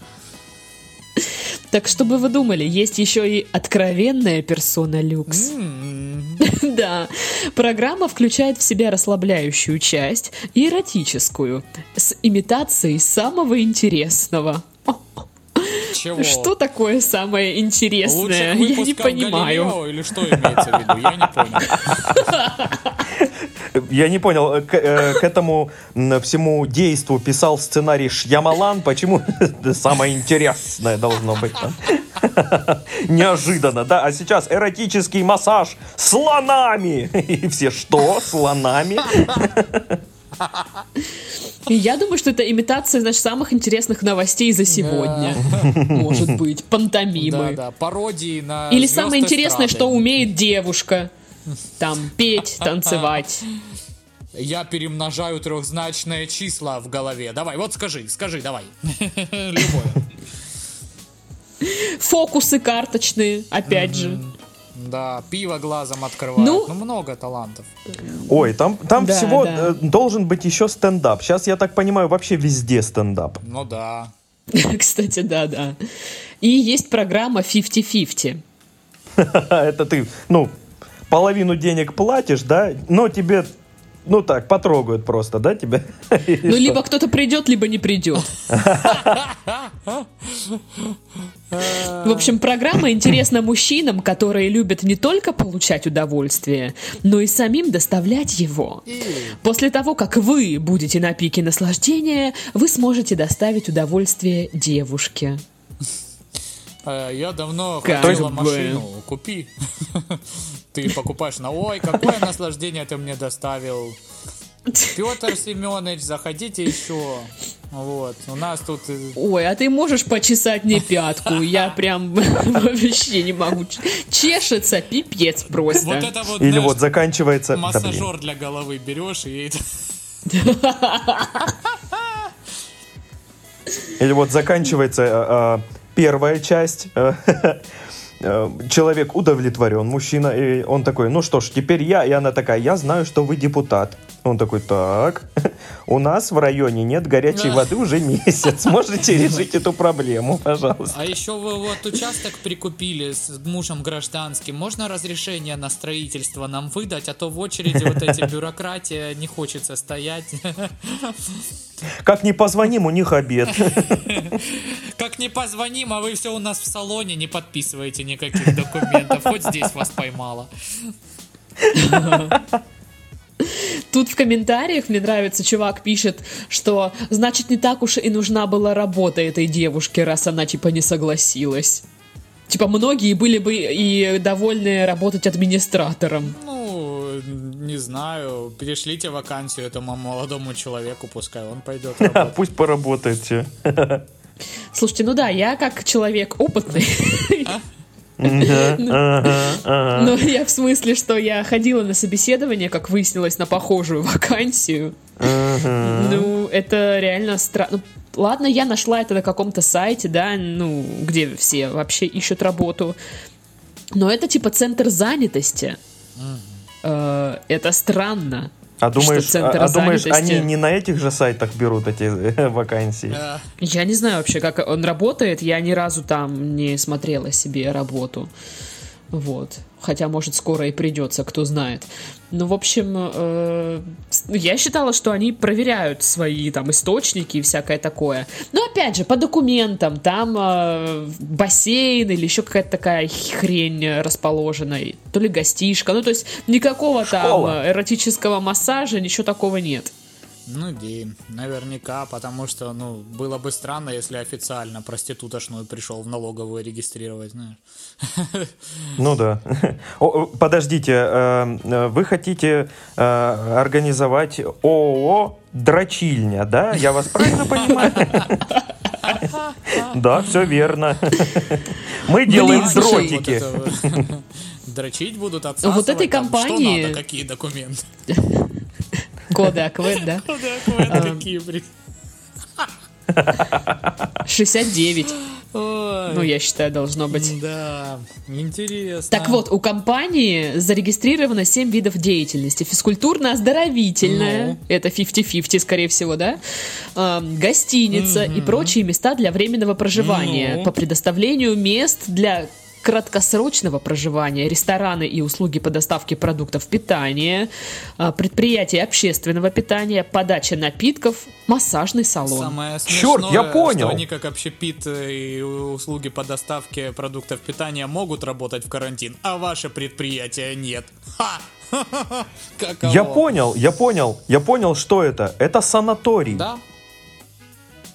Speaker 1: Так что бы вы думали, есть еще и откровенная персона люкс.
Speaker 2: М,
Speaker 1: Да. Программа включает в себя расслабляющую часть и эротическую с имитацией самого интересного. О,
Speaker 2: Чего?
Speaker 1: Что такое самое интересное?
Speaker 2: Лучших
Speaker 1: Я не
Speaker 2: выпусков
Speaker 1: понимаю.
Speaker 2: Галилео или что имеется в виду? Я не понял.
Speaker 4: Э, Я не понял, э, к, э, к этому м, всему действу писал сценарий Шьямалан, почему самое интересное должно быть там? Неожиданно, да? А сейчас эротический массаж слонами! И все, что? Слонами?
Speaker 1: И Я думаю, что это имитация, значит, самых интересных новостей за сегодня. Может быть,
Speaker 2: Да,
Speaker 1: пантомимы.
Speaker 2: да, пародии на
Speaker 1: Или
Speaker 2: звезд
Speaker 1: самое интересное,
Speaker 2: эстрады.
Speaker 1: что умеет девушка. Там петь, танцевать.
Speaker 2: Я перемножаю трехзначные числа в голове. Давай, вот скажи, скажи, давай. Любое.
Speaker 1: Фокусы карточные, опять же.
Speaker 2: Да, пиво глазом открываю.
Speaker 1: Ну-
Speaker 2: Ну, много талантов.
Speaker 4: Ой, там, там
Speaker 1: Да,
Speaker 4: всего
Speaker 1: да.
Speaker 4: э, должен быть еще стендап. Сейчас, я так понимаю, вообще везде стендап.
Speaker 2: Ну да.
Speaker 1: Кстати, да, да. И есть программа 50-50.
Speaker 4: Это ты, ну, половину денег платишь, да? Но тебе
Speaker 3: ну так, потрогают просто, да, тебя? И
Speaker 1: Ну,
Speaker 3: что?
Speaker 1: либо кто-то придет, либо не придет. В общем, программа интересна мужчинам, которые любят не только получать удовольствие, но и самим доставлять его. После того, как вы будете на пике наслаждения, вы сможете доставить удовольствие девушке.
Speaker 2: Э, Я давно
Speaker 1: Как
Speaker 2: хотела
Speaker 1: бы.
Speaker 2: машину, купи. Ты покупаешь на ой, какое наслаждение ты мне доставил. Петр Семенович, заходите еще. Вот, у нас тут... э,
Speaker 1: Ой, а ты можешь почесать мне пятку? Я прям вообще не могу. Чешется пипец просто.
Speaker 2: Вот это вот,
Speaker 3: Или
Speaker 2: знаешь,
Speaker 3: вот заканчивается... да, блин.
Speaker 2: массажер для головы берешь и... это-
Speaker 3: Или вот заканчивается э, э, первая часть. э, э, Человек удовлетворен, мужчина, и он такой, ну что ж, теперь я, и она такая, я знаю, что вы депутат. Он такой, так, у нас в районе нет горячей воды уже месяц, можете решить эту проблему, пожалуйста.
Speaker 2: А еще вы вот участок прикупили с мужем гражданским. Можно разрешение на строительство нам выдать? А то в очереди вот эти бюрократия, не хочется стоять.
Speaker 3: Как не позвоним, у них обед.
Speaker 2: Как не позвоним, а вы все у нас в салоне, не подписываете никаких документов. Хоть здесь вас поймала.
Speaker 1: Тут в комментариях мне нравится, чувак пишет, что значит не так уж и нужна была работа этой девушки, раз она типа не согласилась. Типа многие были бы и довольны работать администратором.
Speaker 2: Ну, не знаю. Перешлите вакансию этому молодому человеку, пускай он пойдет работать.
Speaker 3: Пусть поработаете.
Speaker 1: Слушайте, ну да, я как человек опытный,
Speaker 3: Ага,
Speaker 1: Ну.
Speaker 3: ага, ага.
Speaker 1: но я в смысле, что я ходила на собеседование, как выяснилось, на похожую вакансию.
Speaker 3: А
Speaker 1: Ну, это реально странно. Ладно, я нашла это на каком-то сайте, да, ну, где все вообще ищут работу. Но это типа центр занятости. Э, Это странно.
Speaker 3: А думаешь,
Speaker 1: что центр
Speaker 3: а- а думаешь,
Speaker 1: занятости-
Speaker 3: они не на этих же сайтах берут эти э, вакансии?
Speaker 2: Э,
Speaker 1: Я не знаю вообще, как он работает. Я ни разу там не смотрела себе работу. Вот. Хотя, может, скоро и придется, кто знает. Ну, в общем, э, с- я считала, что они проверяют свои там источники и всякое такое. Но, опять же, по документам, там э, бассейн или еще какая-то такая хрень расположена, и то ли гостишка. Ну, то есть, никакого
Speaker 3: Школа.
Speaker 1: там э, эротического массажа, ничего такого нет.
Speaker 2: Ну, и наверняка, потому что, ну, было бы странно, если официально проститутошную пришел в налоговую регистрировать, знаешь.
Speaker 3: Ну да. О, о, Подождите, э, э, вы хотите э, организовать ООО «Дрочильня», да? Я вас правильно понимаю? Да, все верно. Мы делаем
Speaker 1: Блин, слушай.
Speaker 3: дротики.
Speaker 2: Вот это вот. Дрочить будут отсасывать.
Speaker 1: Вот этой
Speaker 2: там,
Speaker 1: компании-
Speaker 2: Что надо, какие документы.
Speaker 1: Коды АКВЭД, да?
Speaker 2: Ну да,
Speaker 1: А.
Speaker 2: вот какие, блин.
Speaker 1: 69.
Speaker 2: Ой,
Speaker 1: Ну, я считаю, должно быть.
Speaker 2: Да, интересно.
Speaker 1: Так вот, у компании зарегистрировано 7 видов деятельности. Физкультурно-оздоровительная,
Speaker 2: Ну.
Speaker 1: это 50-50, скорее всего, да? Эм, Гостиница и прочие места для временного проживания
Speaker 2: Ну.
Speaker 1: по предоставлению мест для краткосрочного проживания, рестораны и услуги по доставке продуктов питания, а, предприятия общественного питания, подача напитков, массажный салон.
Speaker 2: Самое
Speaker 3: Чёрт,
Speaker 2: смешное,
Speaker 3: я понял.
Speaker 2: что они как общепит э, и услуги по доставке продуктов питания могут работать в карантин, а ваше предприятие нет. Ха! Каково?
Speaker 3: Я понял, я понял, я понял, что это. Это санаторий.
Speaker 2: Да,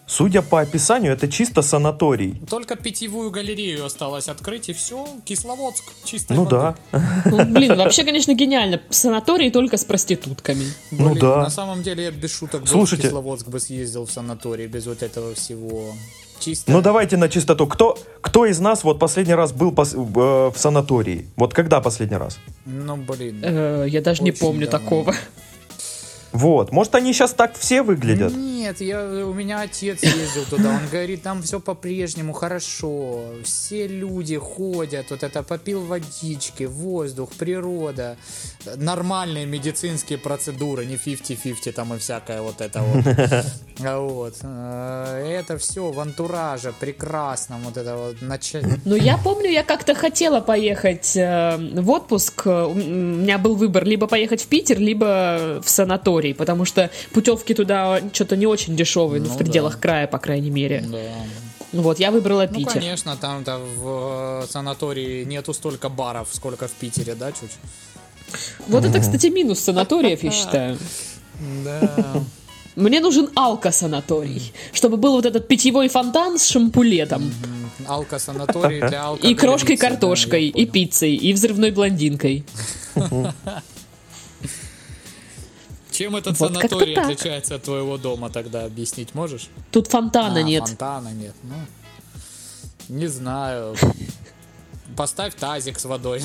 Speaker 3: Судя по описанию, это чисто санаторий.
Speaker 2: только питьевую галерею осталось открыть, и все, Кисловодск чистой
Speaker 3: Ну
Speaker 2: воды.
Speaker 3: да.
Speaker 1: Ну, блин, вообще, конечно, гениально. Санаторий только с проститутками.
Speaker 3: Ну
Speaker 2: Блин,
Speaker 3: да.
Speaker 2: На самом деле я без шуток бы в
Speaker 3: Слушайте.
Speaker 2: Кисловодск бы съездил в санаторий без вот этого всего. Чисто.
Speaker 3: Ну давайте на чистоту. Кто, кто из нас вот последний раз был пос- э, в санатории? Вот когда последний раз?
Speaker 2: Ну блин.
Speaker 1: Э, Я даже не
Speaker 2: Очень
Speaker 1: помню
Speaker 2: давно.
Speaker 1: такого.
Speaker 3: Вот. Может, они сейчас так все выглядят?
Speaker 2: Не, нет, я, у меня отец ездил туда, он говорит, там все по-прежнему хорошо, все люди ходят, вот это попил водички, воздух, природа, нормальные медицинские процедуры, не 50-50 там и всякое вот это вот. А Вот. э, Это все в антураже прекрасном, вот это вот начать.
Speaker 1: Ну, я помню, я как-то хотела поехать э, в отпуск. Э, У м- у меня был выбор либо поехать в Питер, либо в санаторий, потому что путевки туда что-то не очень дешевые, ну, в
Speaker 2: Ну
Speaker 1: пределах
Speaker 2: да.
Speaker 1: края, по крайней мере.
Speaker 2: Да.
Speaker 1: Вот, я выбрала
Speaker 2: Ну,
Speaker 1: Питер.
Speaker 2: конечно, там-то в э, санатории нету столько баров, сколько в Питере, да, чуть?
Speaker 1: Вот это, кстати, минус санаториев, я считаю.
Speaker 2: Да.
Speaker 1: Мне нужен алко-санаторий, чтобы был вот этот питьевой фонтан с шампулетом,
Speaker 2: Алко-санаторий для алко
Speaker 1: и крошкой-картошкой, и пиццей, и взрывной блондинкой.
Speaker 5: Чем этот
Speaker 1: Вот как-то
Speaker 5: санаторий
Speaker 1: так.
Speaker 5: отличается от твоего дома тогда объяснить можешь?
Speaker 1: Тут фонтана
Speaker 2: А,
Speaker 1: нет.
Speaker 2: Фонтана нет. Ну, не знаю.
Speaker 5: Поставь тазик с водой.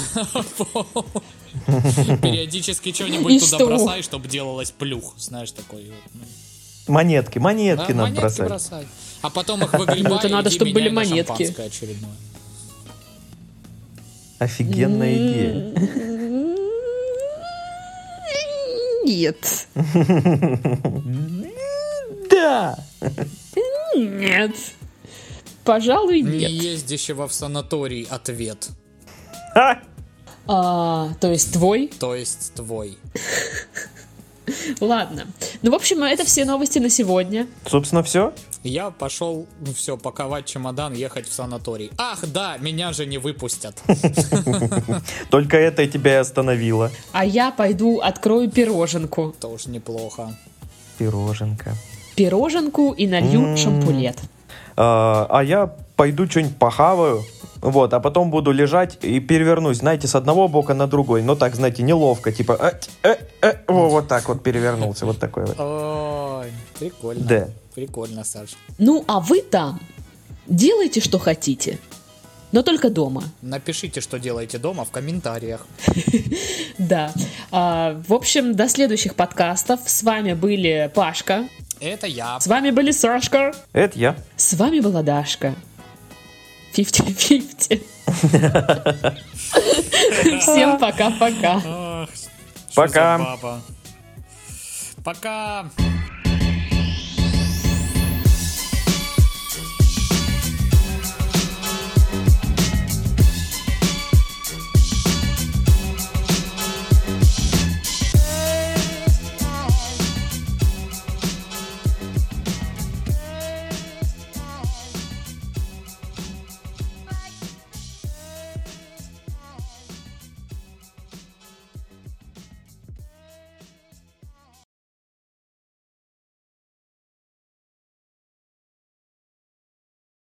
Speaker 5: Периодически
Speaker 1: И
Speaker 5: что-нибудь туда
Speaker 1: что?
Speaker 5: бросай, чтобы делалось плюх. Знаешь, такой. вот, ну.
Speaker 3: Монетки, монетки
Speaker 5: Да, монетки
Speaker 3: надо бросать.
Speaker 5: бросай. А потом их выгребай
Speaker 1: Ну, это
Speaker 5: и
Speaker 1: надо,
Speaker 5: иди
Speaker 1: чтоб
Speaker 5: меняй
Speaker 1: были
Speaker 5: на
Speaker 1: монетки.
Speaker 5: шампанское очередное.
Speaker 3: Офигенная идея.
Speaker 1: Нет.
Speaker 3: Да!
Speaker 1: Нет. Пожалуй,
Speaker 5: Не
Speaker 1: нет.
Speaker 5: ездящего в санаторий ответ.
Speaker 3: Ха!
Speaker 1: А, то есть твой?
Speaker 5: То есть твой.
Speaker 1: Ладно. Ну, в общем, это все новости на сегодня.
Speaker 3: Собственно, все.
Speaker 5: Я пошел, все, паковать чемодан, ехать в санаторий. Ах, да, меня же не выпустят.
Speaker 3: Только это тебя и остановило.
Speaker 1: А я пойду открою пироженку.
Speaker 5: Это уж неплохо.
Speaker 3: Пироженка.
Speaker 1: Пироженку и налью шампулет.
Speaker 3: А а я пойду что-нибудь похаваю. Вот, а потом буду лежать и перевернусь, знаете, с одного бока на другой. Но так, знаете, неловко, типа, э, э, э, во, вот так вот перевернулся, вот такой вот.
Speaker 5: Ой, прикольно.
Speaker 3: Да.
Speaker 5: Прикольно, Саш.
Speaker 1: Ну, а вы там делайте, что хотите. Но только дома.
Speaker 5: Напишите, что делаете дома в комментариях.
Speaker 1: Да. А, в общем, до следующих подкастов. С вами были Пашка.
Speaker 5: Это я.
Speaker 1: С вами были Сашка.
Speaker 3: Это я.
Speaker 1: С вами была Дашка. 50-50. Всем пока-пока.
Speaker 5: Ах, что
Speaker 3: Пока.
Speaker 5: за баба. Пока.